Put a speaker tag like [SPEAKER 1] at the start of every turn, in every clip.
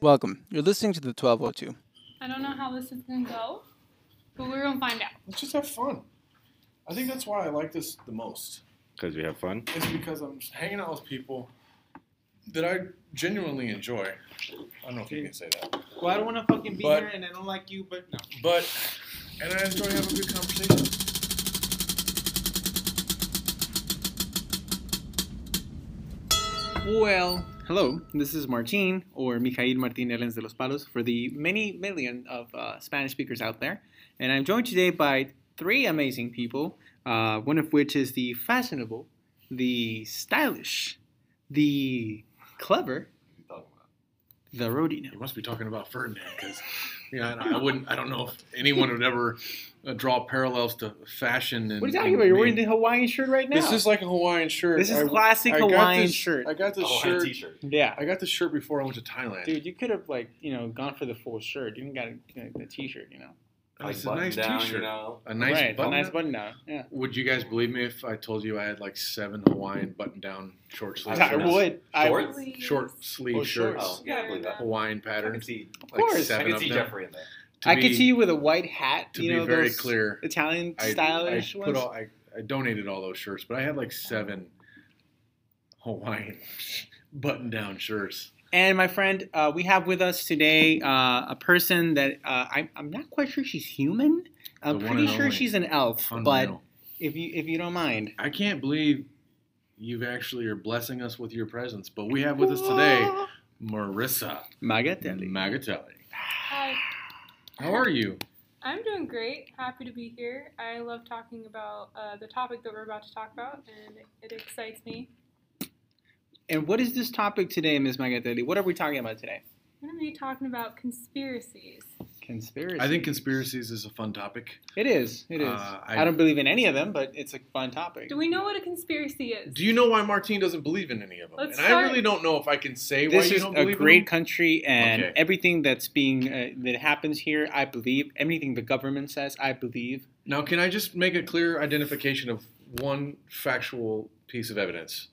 [SPEAKER 1] Welcome. You're listening to the 1202.
[SPEAKER 2] I don't know how this is gonna go, but we're gonna find out.
[SPEAKER 3] Let's just have fun. I think that's why I like this the most.
[SPEAKER 4] Because we have fun.
[SPEAKER 3] It's because I'm just hanging out with people that I genuinely enjoy. I don't know if you can say that,
[SPEAKER 5] Well, I don't want to fucking be
[SPEAKER 3] But-
[SPEAKER 5] here, and I don't like you, but no.
[SPEAKER 3] but and I enjoy having good conversation.
[SPEAKER 5] Well, hello. This is Martin or Mijail Martin Elens de los Palos for the many million of uh, Spanish speakers out there. And I'm joined today by three amazing people, uh, one of which is the fashionable, the stylish, the clever, the roadie.
[SPEAKER 3] You must be talking about Ferdinand, because yeah, I, I wouldn't. I don't know if anyone would ever uh, draw parallels to fashion. And,
[SPEAKER 5] What are you talking
[SPEAKER 3] and
[SPEAKER 5] about? You're wearing
[SPEAKER 3] me.
[SPEAKER 5] the Hawaiian shirt right now.
[SPEAKER 3] This is like a Hawaiian shirt.
[SPEAKER 5] This is
[SPEAKER 3] I-
[SPEAKER 5] classic
[SPEAKER 3] I got
[SPEAKER 5] Hawaiian
[SPEAKER 3] this-
[SPEAKER 5] shirt.
[SPEAKER 3] I got this shirt.
[SPEAKER 4] T-shirt.
[SPEAKER 5] yeah.
[SPEAKER 3] I got this shirt before I went to Thailand.
[SPEAKER 5] Dude, you could have like you know gone for the full shirt. You even got you know, the t-shirt. You know,
[SPEAKER 3] And it's a nice T-shirt.
[SPEAKER 4] know.
[SPEAKER 3] A nice
[SPEAKER 5] right?
[SPEAKER 3] button.
[SPEAKER 5] a nice button down. Yeah,
[SPEAKER 3] Would you guys believe me if I told you I had like seven Hawaiian button-down short sleeve
[SPEAKER 4] I
[SPEAKER 5] I
[SPEAKER 4] sure
[SPEAKER 3] shirts?
[SPEAKER 5] would. I would.
[SPEAKER 4] Shorts?
[SPEAKER 2] Please.
[SPEAKER 3] Short sleeve
[SPEAKER 5] Oh,
[SPEAKER 3] shirts,
[SPEAKER 5] shorts.
[SPEAKER 4] Oh, yeah, I believe that.
[SPEAKER 3] Hawaiian
[SPEAKER 4] I
[SPEAKER 3] pattern.
[SPEAKER 4] can see.
[SPEAKER 5] Of
[SPEAKER 3] like
[SPEAKER 5] course,
[SPEAKER 4] I
[SPEAKER 3] seven
[SPEAKER 4] can
[SPEAKER 3] of
[SPEAKER 4] see
[SPEAKER 3] them.
[SPEAKER 4] Jeffrey in there.
[SPEAKER 3] To
[SPEAKER 5] I
[SPEAKER 3] be,
[SPEAKER 5] could see you with a white hat.
[SPEAKER 3] To
[SPEAKER 5] you
[SPEAKER 3] be
[SPEAKER 5] know,
[SPEAKER 3] very
[SPEAKER 5] those
[SPEAKER 3] clear,
[SPEAKER 5] Italian
[SPEAKER 3] I, I
[SPEAKER 5] stylish
[SPEAKER 3] put
[SPEAKER 5] ones.
[SPEAKER 3] all I, I donated all those shirts, but I had like seven Hawaiian button-down shirts.
[SPEAKER 5] and my friend, uh, we have with us today uh, a person that uh, I'm, I'm not quite sure she's human. I'm
[SPEAKER 3] The one
[SPEAKER 5] pretty
[SPEAKER 3] and
[SPEAKER 5] sure
[SPEAKER 3] only.
[SPEAKER 5] she's an elf, but
[SPEAKER 3] Unreal.
[SPEAKER 5] if you if you don't mind,
[SPEAKER 3] I can't believe you've actually are blessing us with your presence. But we have with us today
[SPEAKER 5] Ah,
[SPEAKER 3] Marissa
[SPEAKER 5] Magatelli.
[SPEAKER 3] Magatelli.
[SPEAKER 2] Hi,
[SPEAKER 3] How are you?
[SPEAKER 2] I'm doing great. Happy to be here. I love talking about uh, the topic that we're about to talk about, and it excites me.
[SPEAKER 5] And what is this topic today, Ms. Magatelli? What are we talking about today?
[SPEAKER 2] We're gonna be talking about conspiracies.
[SPEAKER 5] Conspiracy.
[SPEAKER 3] I think conspiracies is a fun topic.
[SPEAKER 5] it is. It is.
[SPEAKER 3] Uh, I-
[SPEAKER 5] I, don't believe in any of them, but it's a fun topic.
[SPEAKER 2] Do we know what a conspiracy is?
[SPEAKER 3] Do you know why Martine doesn't believe in any of them?
[SPEAKER 2] Let's
[SPEAKER 3] and I
[SPEAKER 2] start-
[SPEAKER 3] really don't know if I can say why
[SPEAKER 5] this
[SPEAKER 3] you
[SPEAKER 5] is
[SPEAKER 3] don't
[SPEAKER 5] a
[SPEAKER 3] believe
[SPEAKER 5] great
[SPEAKER 3] in them.
[SPEAKER 5] country and
[SPEAKER 3] Okay.
[SPEAKER 5] everything that's being uh, that happens here i believe anything the government says i believe
[SPEAKER 3] Now, can I just make a clear identification of one factual piece of evidence?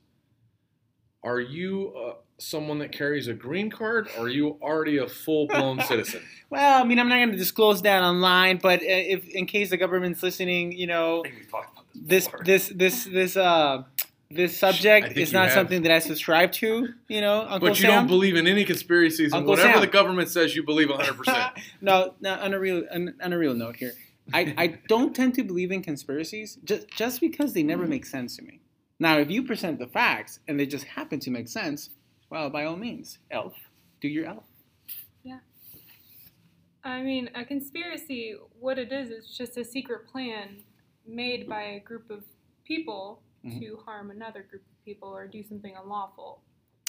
[SPEAKER 3] Are you uh, someone that carries a green card, or are you already a full-blown citizen?
[SPEAKER 5] well i mean i'm not going to disclose that online but uh, if in case the government's listening you know
[SPEAKER 4] I think we've talked about this.
[SPEAKER 5] this
[SPEAKER 4] before.
[SPEAKER 5] this this this uh this
[SPEAKER 3] I
[SPEAKER 5] subject
[SPEAKER 3] think
[SPEAKER 5] is
[SPEAKER 3] you
[SPEAKER 5] not
[SPEAKER 3] have.
[SPEAKER 5] something that i subscribe to you know uncle
[SPEAKER 3] but you
[SPEAKER 5] sam
[SPEAKER 3] don't believe in any conspiracies, and
[SPEAKER 5] Uncle
[SPEAKER 3] whatever
[SPEAKER 5] Sam.
[SPEAKER 3] the government says, you believe 100%.
[SPEAKER 5] no, no, on a real on, on a real note here, I, I don't tend to believe in conspiracies just just because they never make sense to me. Now, if you present the facts and they just happen to make sense, well, by all means, elf, do your elf.
[SPEAKER 2] I mean, a conspiracy, what it is, it's just a secret plan made by a group of people
[SPEAKER 3] Mm-hmm.
[SPEAKER 5] Mhm.
[SPEAKER 2] to harm another group of people or do something unlawful.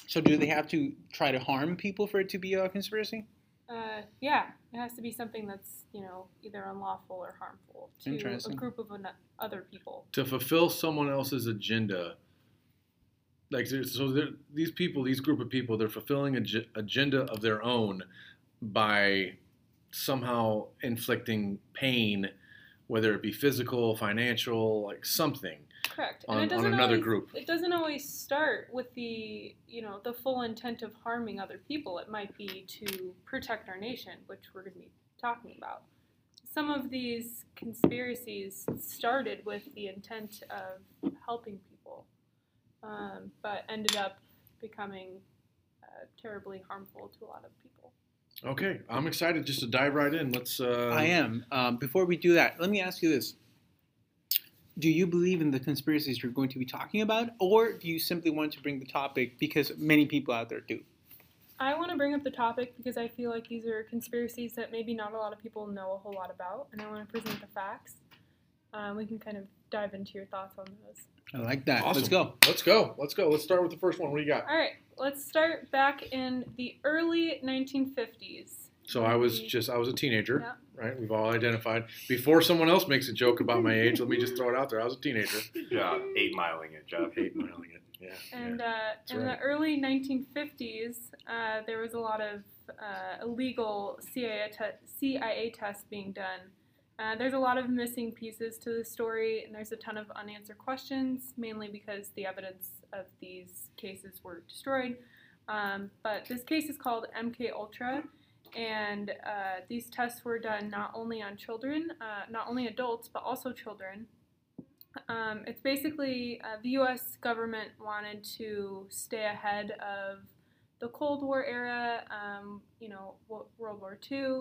[SPEAKER 5] So, do they have to try to harm people for it to be a conspiracy?
[SPEAKER 2] Uh, yeah, it has to be something that's, you know, either unlawful or harmful to a
[SPEAKER 5] Interesting.
[SPEAKER 2] group of an- other people.
[SPEAKER 3] to fulfill someone else's agenda. Like there- so, there- these people, these group of people, they're fulfilling an agenda of their own by somehow inflicting pain, whether it be physical, financial, like something.
[SPEAKER 2] Correct.
[SPEAKER 3] On- on another
[SPEAKER 2] always,
[SPEAKER 3] group.
[SPEAKER 2] It doesn't always start with the, you know, the full intent of harming other people. It might be to protect our nation, which we're going to be talking about. Some of these conspiracies started with the intent of helping people, um, but ended up becoming uh, terribly harmful to a lot of people.
[SPEAKER 3] Okay, I'm excited just to dive right in. Let's. Uh,
[SPEAKER 5] I am. Um, before we do that, let me ask you this. Do you believe in the conspiracies you're going to be talking about, or do you simply want to bring the topic because many people out there do?
[SPEAKER 2] I want to bring up the topic because I feel like these are conspiracies that maybe not a lot of people know a whole lot about, and I want to present the facts. Um, we can kind of dive into your thoughts on those.
[SPEAKER 5] I like that. Let's
[SPEAKER 3] Awesome.
[SPEAKER 5] go.
[SPEAKER 3] Let's go. Let's go. Let's start with the first one. What do you got?
[SPEAKER 2] All right, let's start back in the early 1950s.
[SPEAKER 3] So I was just I was a teenager,
[SPEAKER 2] Yeah.
[SPEAKER 3] right? We've all identified. Before someone else makes a joke about my age, let me just throw it out there. I was a teenager.
[SPEAKER 4] Good job. Eight miling it. Job eight miling it.
[SPEAKER 3] Yeah.
[SPEAKER 2] And uh, in
[SPEAKER 3] right.
[SPEAKER 2] the early 1950s, uh, there was a lot of uh, illegal CIA, te- CIA tests being done. Uh, there's a lot of missing pieces to the story, and there's a ton of unanswered questions, mainly because the evidence of these cases were destroyed. Um, but this case is called MK Ultra, and uh, these tests were done not only on children, uh, not only adults, but also children. Um, it's basically uh, the U.S. government wanted to stay ahead of the Cold War era, um, you know, wo- World War II,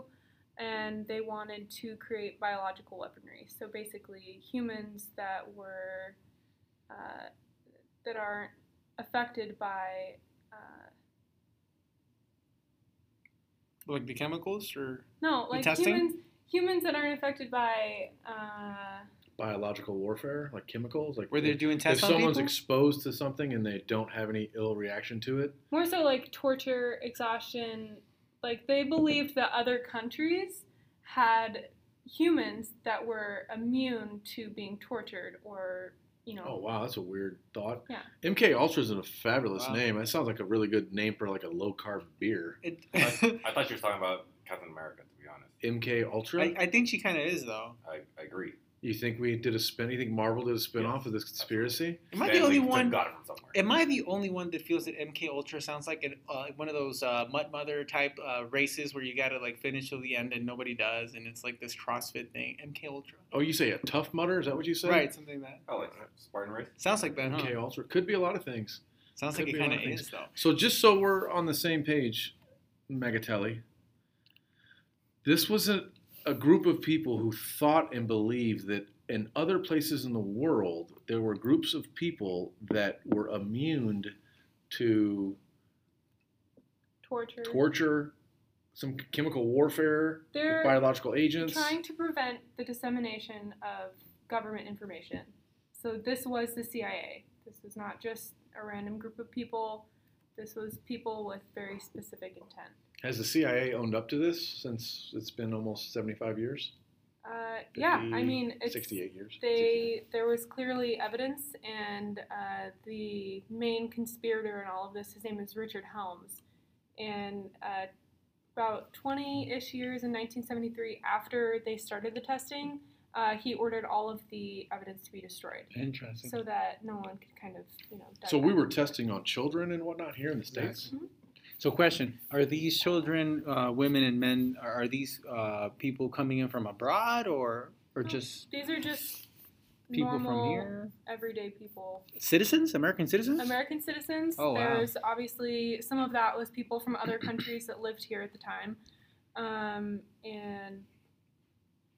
[SPEAKER 2] and they wanted to create biological weaponry. So basically, humans that were uh, that aren't affected by uh,
[SPEAKER 5] Like the chemicals or
[SPEAKER 2] no,
[SPEAKER 5] The
[SPEAKER 2] like
[SPEAKER 5] testing?
[SPEAKER 2] humans humans that aren't affected by uh,
[SPEAKER 3] Biological warfare, like chemicals, like
[SPEAKER 5] were they
[SPEAKER 3] if-
[SPEAKER 5] doing
[SPEAKER 3] if
[SPEAKER 5] tests on
[SPEAKER 3] someone's
[SPEAKER 5] people?
[SPEAKER 3] exposed to something and they don't have any ill reaction to it,
[SPEAKER 2] more so like torture, exhaustion. Like they believed that other countries had humans that were immune to being tortured or you know
[SPEAKER 3] oh wow, that's a weird thought.
[SPEAKER 2] Yeah.
[SPEAKER 3] MK Ultra is a fabulous
[SPEAKER 5] Wow.
[SPEAKER 3] name. That sounds like a really good name for like a low carb beer.
[SPEAKER 5] It-
[SPEAKER 4] I thought you were talking about Captain America, to be honest.
[SPEAKER 3] MK Ultra.
[SPEAKER 5] I, I think she kind of is though.
[SPEAKER 4] I, I agree.
[SPEAKER 3] you think we did a spin? You think Marvel did a spin off of this conspiracy?
[SPEAKER 5] Am I
[SPEAKER 4] Stan
[SPEAKER 5] the only
[SPEAKER 4] Lee took-
[SPEAKER 5] one?
[SPEAKER 4] Got it from somewhere.
[SPEAKER 5] Am I the only one that feels that MK Ultra sounds like an, uh, one of those uh, mud mother type uh, races where you gotta like finish till the end and nobody does, and it's like this CrossFit thing? MK Ultra,
[SPEAKER 3] Oh, you say a tough mutter? Is that what you said?
[SPEAKER 5] right? Uh-huh. Something like
[SPEAKER 4] Oh, like Spartan race.
[SPEAKER 5] that sounds like that, huh?
[SPEAKER 3] MK Ultra could be a lot of things.
[SPEAKER 5] Sounds
[SPEAKER 3] Could
[SPEAKER 5] like it
[SPEAKER 3] be a lot
[SPEAKER 5] kind of
[SPEAKER 3] of things.
[SPEAKER 5] is though.
[SPEAKER 3] So just so we're on the same page, Megatelli, this was a, a group of people who thought and believed that in other places in the world there were groups of people that were immune to
[SPEAKER 2] torture.
[SPEAKER 3] torture, some chemical warfare,
[SPEAKER 2] They're
[SPEAKER 3] biological agents.
[SPEAKER 2] Mm-hmm. trying to prevent the dissemination of government information. So this was the CIA. This was not just a random group of people. This was people with very specific intent.
[SPEAKER 3] Has the CIA owned up to this since it's been almost 75 years?
[SPEAKER 2] Uh, yeah, I
[SPEAKER 3] 50,
[SPEAKER 2] mean, it's,
[SPEAKER 3] 68 years.
[SPEAKER 2] They there was clearly evidence, and uh, the main conspirator in all of this, his name is Richard Helms, and uh, about 20-ish years in 1973, after they started the testing, uh, he ordered all of the evidence to be destroyed,
[SPEAKER 5] Interesting.
[SPEAKER 2] so that no one could kind of you know. dug
[SPEAKER 3] So
[SPEAKER 2] up.
[SPEAKER 3] we were testing on children and whatnot here in the States?
[SPEAKER 5] So, question: Are these children, uh, women, and men? Are, are these uh, people coming in from abroad, or or
[SPEAKER 2] No.
[SPEAKER 5] just
[SPEAKER 2] These are just
[SPEAKER 5] people
[SPEAKER 2] normal,
[SPEAKER 5] from here?
[SPEAKER 2] everyday people.
[SPEAKER 5] Citizens, American citizens.
[SPEAKER 2] American citizens.
[SPEAKER 5] Oh, wow.
[SPEAKER 2] There's obviously some of that was people from other countries that lived here at the time, um, and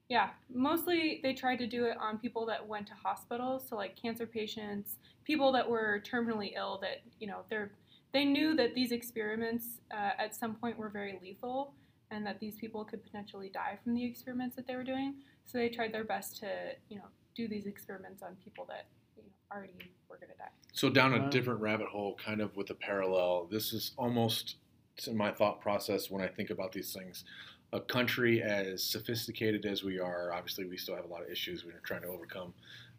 [SPEAKER 2] yeah, mostly they tried to do it on people that went to hospitals, so like cancer patients, people that were terminally ill. That you know they're they knew that these experiments uh, at some point were very lethal, and that these people could potentially die from the experiments that they were doing. So they tried their best to you know do these experiments on people that you know, already were going to die.
[SPEAKER 3] So down a
[SPEAKER 5] Wow.
[SPEAKER 3] different rabbit hole, kind of with a parallel. This is almost it's in my thought process when I think about these things. A country as sophisticated as we are, obviously, we still have a lot of issues we're trying to overcome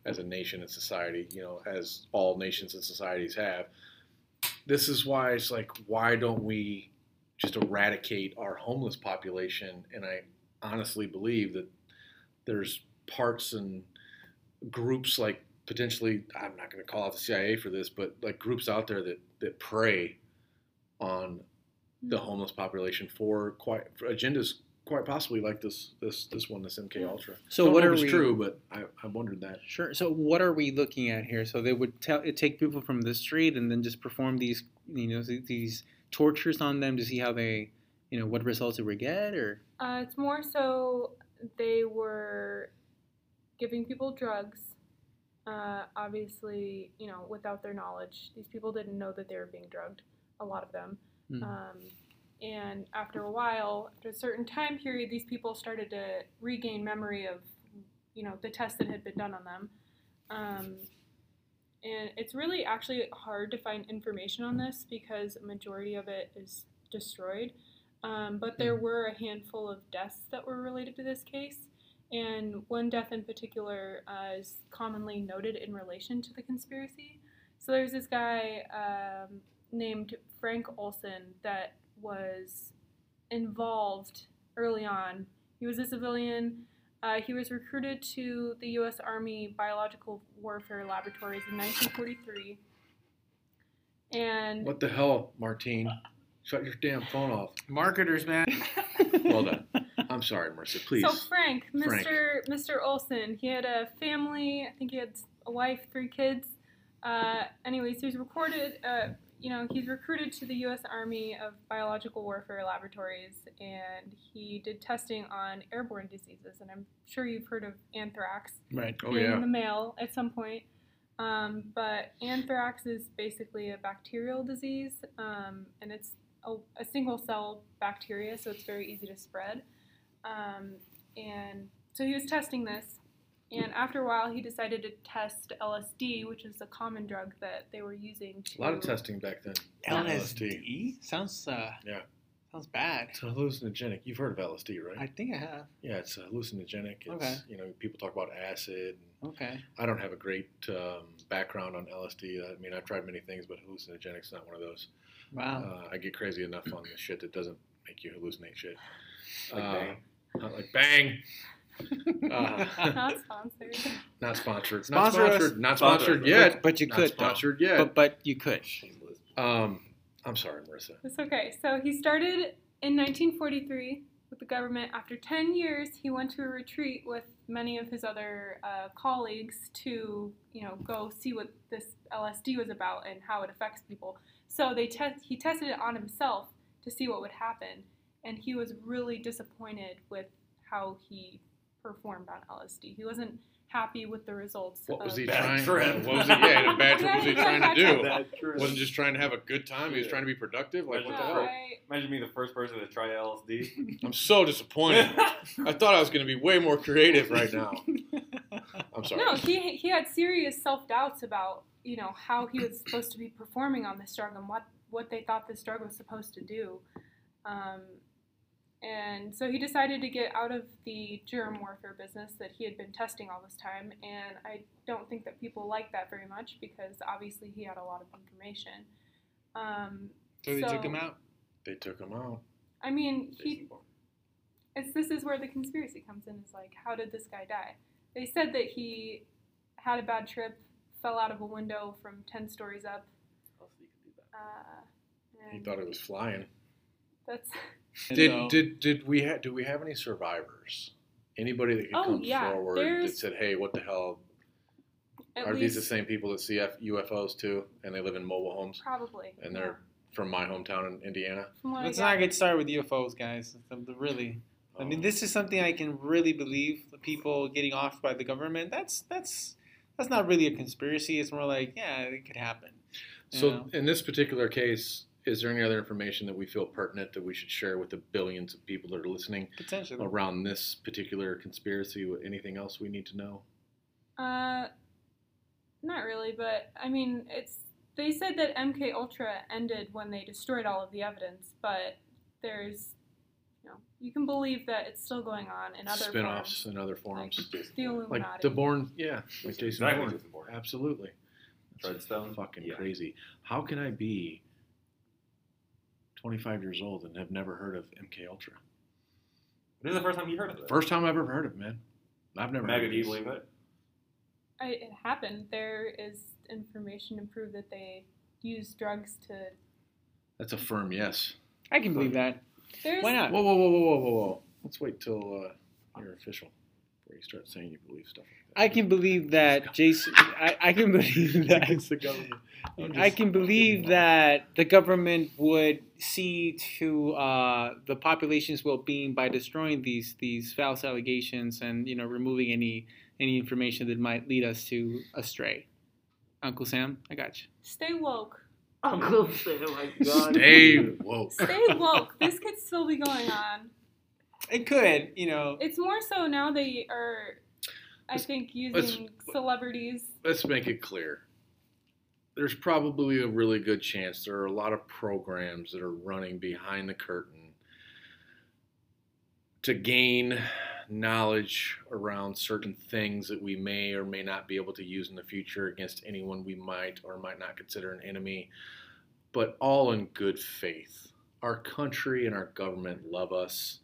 [SPEAKER 3] as a nation and society. You know, as all nations and societies have. This is why it's like, why don't we just eradicate our homeless population? And I honestly believe that there's parts and groups like potentially I'm not going to call out the CIA for this, but like groups out there that that prey on the homeless population for quite for agendas quite possibly like this this this one this MK Ultra.
[SPEAKER 5] So
[SPEAKER 3] Don't
[SPEAKER 5] what
[SPEAKER 3] know
[SPEAKER 5] are
[SPEAKER 3] if it's
[SPEAKER 5] we-
[SPEAKER 3] true? But I, I wondered that.
[SPEAKER 5] Sure. So, what are we looking at here? So they would tell, it take people from the street and then just perform these, you know, th- these tortures on them to see how they, you know, what results they would get, or
[SPEAKER 2] Uh, it's more so they were giving people drugs. Uh, obviously, you know, without their knowledge, these people didn't know that they were being drugged. A lot of them.
[SPEAKER 5] Mm.
[SPEAKER 2] Um, and after a while, after a certain time period, these people started to regain memory of, you know, the tests that had been done on them. Um, and it's really actually hard to find information on this because a majority of it is destroyed. Um, but there were a handful of deaths that were related to this case. And one death in particular uh, is commonly noted in relation to the conspiracy. So there's this guy um, named Frank Olson that was involved early on. He was a civilian. Uh, he was recruited to the U.S. Army Biological Warfare Laboratories in 1943. And
[SPEAKER 3] What the hell, Martine? Shut your damn phone off.
[SPEAKER 5] Marketers, man.
[SPEAKER 3] Well done. I'm sorry, Marissa. Please.
[SPEAKER 2] so Frank,
[SPEAKER 3] Frank.
[SPEAKER 2] Mr. Mr. Olson, he had a family. I think he had a wife, three kids. Uh, anyways, he's recorded. Uh, you know, he's recruited to the U.S. Army of Biological Warfare Laboratories, and he did testing on airborne diseases. And I'm sure you've heard of anthrax.
[SPEAKER 5] Right.
[SPEAKER 3] oh
[SPEAKER 2] in
[SPEAKER 3] yeah.
[SPEAKER 2] the mail at some point. Um, but anthrax is basically a bacterial disease, um, and it's a, a single cell bacteria, so it's very easy to spread. Um, and so he was testing this, and after a while, he decided to test LSD, which is a common drug that they were using. To
[SPEAKER 3] A lot of testing back then.
[SPEAKER 5] LSD sounds. Uh,
[SPEAKER 3] Yeah.
[SPEAKER 5] Sounds bad.
[SPEAKER 3] It's hallucinogenic. You've heard of LSD, right?
[SPEAKER 5] I think I have.
[SPEAKER 3] yeah, it's hallucinogenic. It's,
[SPEAKER 5] Okay.
[SPEAKER 3] You know, people talk about acid.
[SPEAKER 5] Okay.
[SPEAKER 3] I don't have a great um, background on LSD. I mean, I've tried many things, but hallucinogenic's not one of those.
[SPEAKER 5] Wow.
[SPEAKER 3] Uh, I get crazy enough on this shit that doesn't make you hallucinate shit.
[SPEAKER 4] Like,
[SPEAKER 3] Uh,
[SPEAKER 4] dang.
[SPEAKER 3] Not like bang. uh,
[SPEAKER 2] Not sponsored.
[SPEAKER 3] Not sponsored.
[SPEAKER 5] Sponsor
[SPEAKER 3] not
[SPEAKER 5] us.
[SPEAKER 3] sponsored. Not
[SPEAKER 4] Sponsor us.
[SPEAKER 3] sponsored yet.
[SPEAKER 5] But, but you
[SPEAKER 3] not
[SPEAKER 5] could. though.
[SPEAKER 3] sponsored yet.
[SPEAKER 5] But but you could.
[SPEAKER 3] Um, I'm sorry, Marissa.
[SPEAKER 2] It's okay. So he started in 1943 with the government. After 10 years, he went to a retreat with many of his other uh, colleagues to, you know, go see what this LSD was about and how it affects people. So they test. He tested it on himself to see what would happen, and he was really disappointed with how he performed on LSD. He wasn't happy with the results.
[SPEAKER 3] What was
[SPEAKER 2] of-
[SPEAKER 3] he
[SPEAKER 4] Bad
[SPEAKER 3] trying? uh,
[SPEAKER 4] trip.
[SPEAKER 3] What was he? Yeah, and a bad trip. What was he trying to do?
[SPEAKER 4] That true.
[SPEAKER 3] Wasn't just trying to have a good time. He was trying to be productive. Like what the
[SPEAKER 2] No,
[SPEAKER 3] hell?
[SPEAKER 2] I-
[SPEAKER 4] Imagine being the first person to try LSD.
[SPEAKER 3] I'm so disappointed. I thought I was going to be way more creative right now. I'm sorry.
[SPEAKER 2] No, he he had serious self doubts about you know how he was supposed to be performing on this drug and what what they thought this drug was supposed to do, um, and so he decided to get out of the germ warfare business that he had been testing all this time. And I don't think that people liked that very much because obviously he had a lot of information. Um,
[SPEAKER 5] So they took him out.
[SPEAKER 3] They took him out.
[SPEAKER 2] I mean, he it's this is where the conspiracy comes in is like how did this guy die they said that he had a bad trip fell out of a window from 10 stories up uh,
[SPEAKER 3] He
[SPEAKER 2] and
[SPEAKER 3] thought it was flying.
[SPEAKER 2] that's
[SPEAKER 5] And
[SPEAKER 3] Did
[SPEAKER 5] so-
[SPEAKER 3] did did we ha- do we have any survivors? Anybody that could
[SPEAKER 2] Oh,
[SPEAKER 3] come
[SPEAKER 2] yeah,
[SPEAKER 3] forward that
[SPEAKER 2] there's-
[SPEAKER 3] said, "Hey, what the hell?
[SPEAKER 2] at
[SPEAKER 3] Are these
[SPEAKER 2] least
[SPEAKER 3] the same people that see F- UFOs too, and they live in mobile homes,
[SPEAKER 2] probably
[SPEAKER 3] and they're from my hometown in Indiana?"
[SPEAKER 2] from what
[SPEAKER 5] Let's
[SPEAKER 2] I
[SPEAKER 5] not
[SPEAKER 2] got,
[SPEAKER 5] get started with UFOs, guys. The- the- Really, I mean,
[SPEAKER 3] Um,
[SPEAKER 5] this is something I can really believe. The people getting off by the government. That's that's that's not really a conspiracy. It's more like, yeah, it could happen. you
[SPEAKER 3] Oh. So,
[SPEAKER 5] know?
[SPEAKER 3] in this particular case, is there any other information that we feel pertinent that we should share with the billions of people that are listening
[SPEAKER 5] potentially.
[SPEAKER 3] around this particular conspiracy? What- Anything else we need to know?
[SPEAKER 2] uh, not really but i mean it's they said that mk ultra ended when they destroyed all of the evidence but there's you know you can believe that it's still going on in other
[SPEAKER 3] Spinoffs
[SPEAKER 2] forms
[SPEAKER 3] and other forms,
[SPEAKER 2] the illuminati
[SPEAKER 3] like the Bourne, yeah, like Jason
[SPEAKER 4] Exactly.
[SPEAKER 3] Bourne, absolutely.
[SPEAKER 4] Treadstone.
[SPEAKER 3] fucking
[SPEAKER 4] Yeah.
[SPEAKER 3] crazy. How can I be 25 years old and have never heard of MK Ultra?
[SPEAKER 4] This is the first time you heard of it.
[SPEAKER 3] First time I've ever heard of it, man. I've never heard
[SPEAKER 4] Mega,
[SPEAKER 3] of
[SPEAKER 4] do you
[SPEAKER 3] these.
[SPEAKER 4] believe it?
[SPEAKER 2] I, it happened. There is information to prove that they use drugs to.
[SPEAKER 3] That's a firm yes.
[SPEAKER 5] I can believe that.
[SPEAKER 2] There's,
[SPEAKER 5] Why not?
[SPEAKER 3] Whoa, whoa, whoa, whoa, whoa, whoa, whoa. Let's wait till uh, you're official before you start saying you believe stuff like that.
[SPEAKER 5] I can believe that Jason. I, I can believe that.
[SPEAKER 3] Against the government. I'm
[SPEAKER 5] I
[SPEAKER 3] just
[SPEAKER 5] can believe
[SPEAKER 3] fucking-
[SPEAKER 5] that the government would see to uh, the population's well-being by destroying these these false allegations and you know removing any any information that might lead us to astray. Uncle Sam, I got you.
[SPEAKER 2] stay woke.
[SPEAKER 6] Uncle Sam, my God.
[SPEAKER 3] Stay woke.
[SPEAKER 2] Stay woke. this could still be going on.
[SPEAKER 5] It could, you know.
[SPEAKER 2] It's more so now they are, I
[SPEAKER 3] Let's-
[SPEAKER 2] think,
[SPEAKER 3] let's-
[SPEAKER 2] using celebrities.
[SPEAKER 3] let's make it clear. There's probably a really good chance there are a lot of programs that are running behind the curtain to gain knowledge around certain things that we may or may not be able to use in the future against anyone we might or might not consider an enemy, but all in good faith. Our country and our government love us.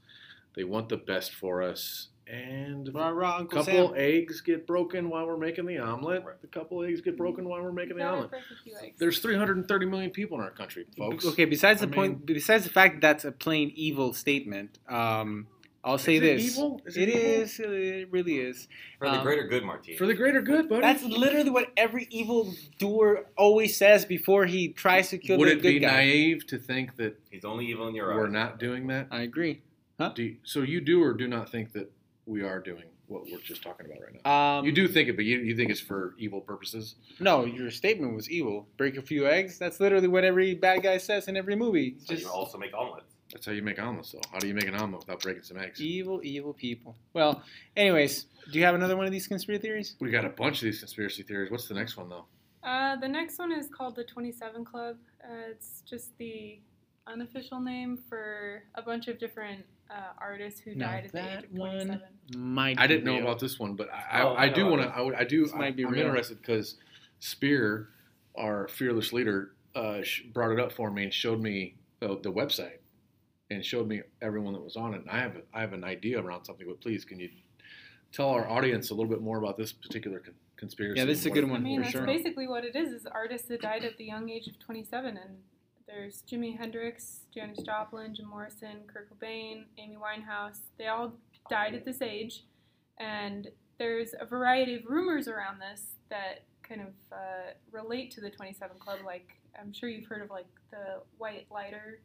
[SPEAKER 3] They want the best for us. and
[SPEAKER 5] Rah, rah,
[SPEAKER 3] a
[SPEAKER 5] Uncle
[SPEAKER 3] couple
[SPEAKER 5] Sam.
[SPEAKER 3] eggs get broken while we're making the omelet.
[SPEAKER 4] Right.
[SPEAKER 3] A couple eggs get broken while we're making the
[SPEAKER 2] Gotta
[SPEAKER 3] omelet.
[SPEAKER 2] break a few eggs.
[SPEAKER 3] There's 330 million people in our country, folks.
[SPEAKER 5] Okay, besides the
[SPEAKER 3] I
[SPEAKER 5] point, besides the fact that's a plain evil statement, um, I'll say
[SPEAKER 3] Is it
[SPEAKER 5] this:
[SPEAKER 3] evil? Is it
[SPEAKER 5] it
[SPEAKER 3] evil?
[SPEAKER 5] is, it really is.
[SPEAKER 4] For the
[SPEAKER 5] Um,
[SPEAKER 4] greater good, Martine.
[SPEAKER 3] For the greater good, buddy.
[SPEAKER 5] That's literally what every evil doer always says before he tries to kill
[SPEAKER 3] Would
[SPEAKER 5] the
[SPEAKER 3] it
[SPEAKER 5] good
[SPEAKER 3] be
[SPEAKER 5] guy.
[SPEAKER 3] naive to think that
[SPEAKER 4] He's only evil in your eyes.
[SPEAKER 3] we're not doing that?
[SPEAKER 5] I agree.
[SPEAKER 3] Do you, so you do or do not think that we are doing what we're just talking about right now?
[SPEAKER 5] Um,
[SPEAKER 3] you do think it, but you, you think it's for evil purposes?
[SPEAKER 5] No, your statement was evil. Break a few eggs. That's literally what every bad guy says in every movie.
[SPEAKER 4] So
[SPEAKER 5] Just
[SPEAKER 4] you also make omelets.
[SPEAKER 3] That's how you make omelets, though. How do you make an omelet without breaking some eggs?
[SPEAKER 5] evil, evil people. Well, anyways, do you have another one of these conspiracy theories?
[SPEAKER 3] We got a bunch of these conspiracy theories. What's the next one, though?
[SPEAKER 2] Uh, the next one is called the 27 Club. Uh, it's just the unofficial name for a bunch of different uh, artists who
[SPEAKER 5] Now
[SPEAKER 2] died at the age
[SPEAKER 5] that
[SPEAKER 2] of
[SPEAKER 5] one-
[SPEAKER 2] 27.
[SPEAKER 5] Might
[SPEAKER 3] I didn't know
[SPEAKER 5] be real.
[SPEAKER 3] about this one, but I, I,
[SPEAKER 4] Oh, I
[SPEAKER 3] I
[SPEAKER 4] know
[SPEAKER 3] do
[SPEAKER 4] about
[SPEAKER 3] want to.
[SPEAKER 4] this.
[SPEAKER 3] I, would- I do.
[SPEAKER 5] This
[SPEAKER 3] I,
[SPEAKER 5] might be
[SPEAKER 3] I'm
[SPEAKER 5] real.
[SPEAKER 3] interested because Spear, our fearless leader, uh, sh- brought it up for me and showed me the, the website and showed me everyone that was on it. And I have a, I have an idea around something, but please, can you tell our audience a little bit more about this particular con- conspiracy?
[SPEAKER 5] Yeah, this is a
[SPEAKER 3] and what-
[SPEAKER 5] good
[SPEAKER 2] I
[SPEAKER 5] one
[SPEAKER 2] mean,
[SPEAKER 5] for
[SPEAKER 2] that's
[SPEAKER 5] sure.
[SPEAKER 2] basically what it is, is artists that died at the young age of 27. And there's Jimi Hendrix, Janis Joplin, Jim Morrison, Kurt Cobain, Amy Winehouse. They all died at this age. And there's a variety of rumors around this that kind of uh, relate to the 27 Club. Like, I'm sure you've heard of, like, the white lighter.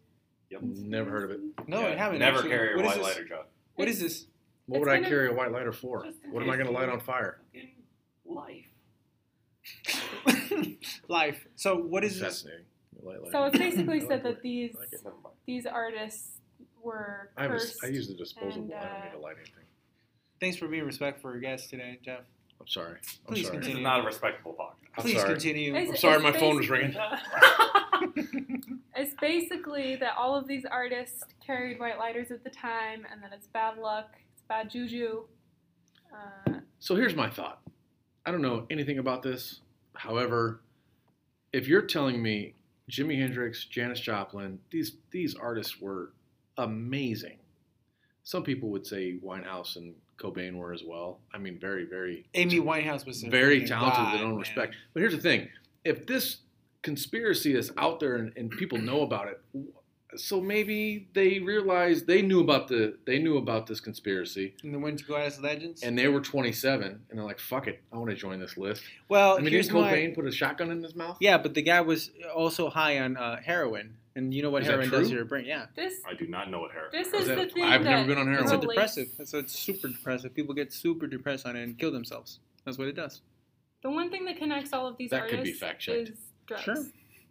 [SPEAKER 4] Yep.
[SPEAKER 3] Never heard of it.
[SPEAKER 5] No,
[SPEAKER 4] Yeah,
[SPEAKER 5] I haven't.
[SPEAKER 4] Never
[SPEAKER 5] actually.
[SPEAKER 4] carry a
[SPEAKER 5] What is
[SPEAKER 4] white
[SPEAKER 5] this?
[SPEAKER 4] lighter, John.
[SPEAKER 5] What is this?
[SPEAKER 3] What
[SPEAKER 2] It's
[SPEAKER 3] would I
[SPEAKER 2] kind of-
[SPEAKER 3] carry a white lighter for? What am I going to light on fire?
[SPEAKER 4] Life.
[SPEAKER 5] Life. So what is this?
[SPEAKER 3] Fascinating. A light lighter.
[SPEAKER 2] So it's basically
[SPEAKER 3] I
[SPEAKER 2] said
[SPEAKER 3] like
[SPEAKER 2] that these
[SPEAKER 3] I like it.
[SPEAKER 4] Never mind.
[SPEAKER 2] these artists were
[SPEAKER 3] I, have a,
[SPEAKER 2] cursed.
[SPEAKER 3] I use the disposable.
[SPEAKER 2] and,
[SPEAKER 3] I don't need
[SPEAKER 2] uh,
[SPEAKER 3] to light anything.
[SPEAKER 5] Thanks for being respectful for our guest today, Jeff.
[SPEAKER 3] I'm sorry. I'm
[SPEAKER 5] Please
[SPEAKER 3] sorry.
[SPEAKER 4] This
[SPEAKER 5] continue.
[SPEAKER 4] is not a respectable podcast.
[SPEAKER 3] I'm
[SPEAKER 5] Please
[SPEAKER 3] sorry.
[SPEAKER 5] continue.
[SPEAKER 2] It's-
[SPEAKER 3] I'm sorry,
[SPEAKER 2] it's
[SPEAKER 3] my phone was
[SPEAKER 2] basically- it's basically that all of these artists carried white lighters at the time, and that it's bad luck, it's bad juju. Uh,
[SPEAKER 3] So here's my thought. I don't know anything about this. However, if you're telling me Jimi Hendrix, Janis Joplin, these these artists were amazing. Some people would say Winehouse and Cobain were as well. I mean, very, very,
[SPEAKER 5] Amy Winehouse was a
[SPEAKER 3] very
[SPEAKER 5] freaking
[SPEAKER 3] talented.
[SPEAKER 5] god,
[SPEAKER 3] they don't
[SPEAKER 5] man.
[SPEAKER 3] respect. But here's the thing: if this conspiracy is out there and, and people know about it, wh- so maybe they realize they knew about the they knew about this conspiracy.
[SPEAKER 5] And the Winter Gladys Legends.
[SPEAKER 3] and they were 27, and they're like, "Fuck it, I want to join this list."
[SPEAKER 5] well,
[SPEAKER 3] I mean,
[SPEAKER 5] here's
[SPEAKER 3] didn't Cobain
[SPEAKER 5] my.
[SPEAKER 3] put a shotgun in his mouth?
[SPEAKER 5] Yeah, but the guy was also high on uh, heroin, and you know what
[SPEAKER 3] Is that
[SPEAKER 5] heroin does to
[SPEAKER 3] true?
[SPEAKER 5] your brain? Yeah,
[SPEAKER 2] this
[SPEAKER 4] I do not know what hair.
[SPEAKER 2] This
[SPEAKER 3] Is
[SPEAKER 2] is
[SPEAKER 3] that-
[SPEAKER 2] the thing
[SPEAKER 3] I've never
[SPEAKER 2] that
[SPEAKER 3] been on heroin.
[SPEAKER 5] it's
[SPEAKER 3] Heroin.
[SPEAKER 5] a
[SPEAKER 2] relates-
[SPEAKER 5] depressive. So it's super depressive. People get super depressed on it and kill themselves. That's what it does.
[SPEAKER 2] The one thing that connects all of these
[SPEAKER 3] That
[SPEAKER 2] artists
[SPEAKER 3] could be fact-checked.
[SPEAKER 2] is drugs.
[SPEAKER 5] Sure.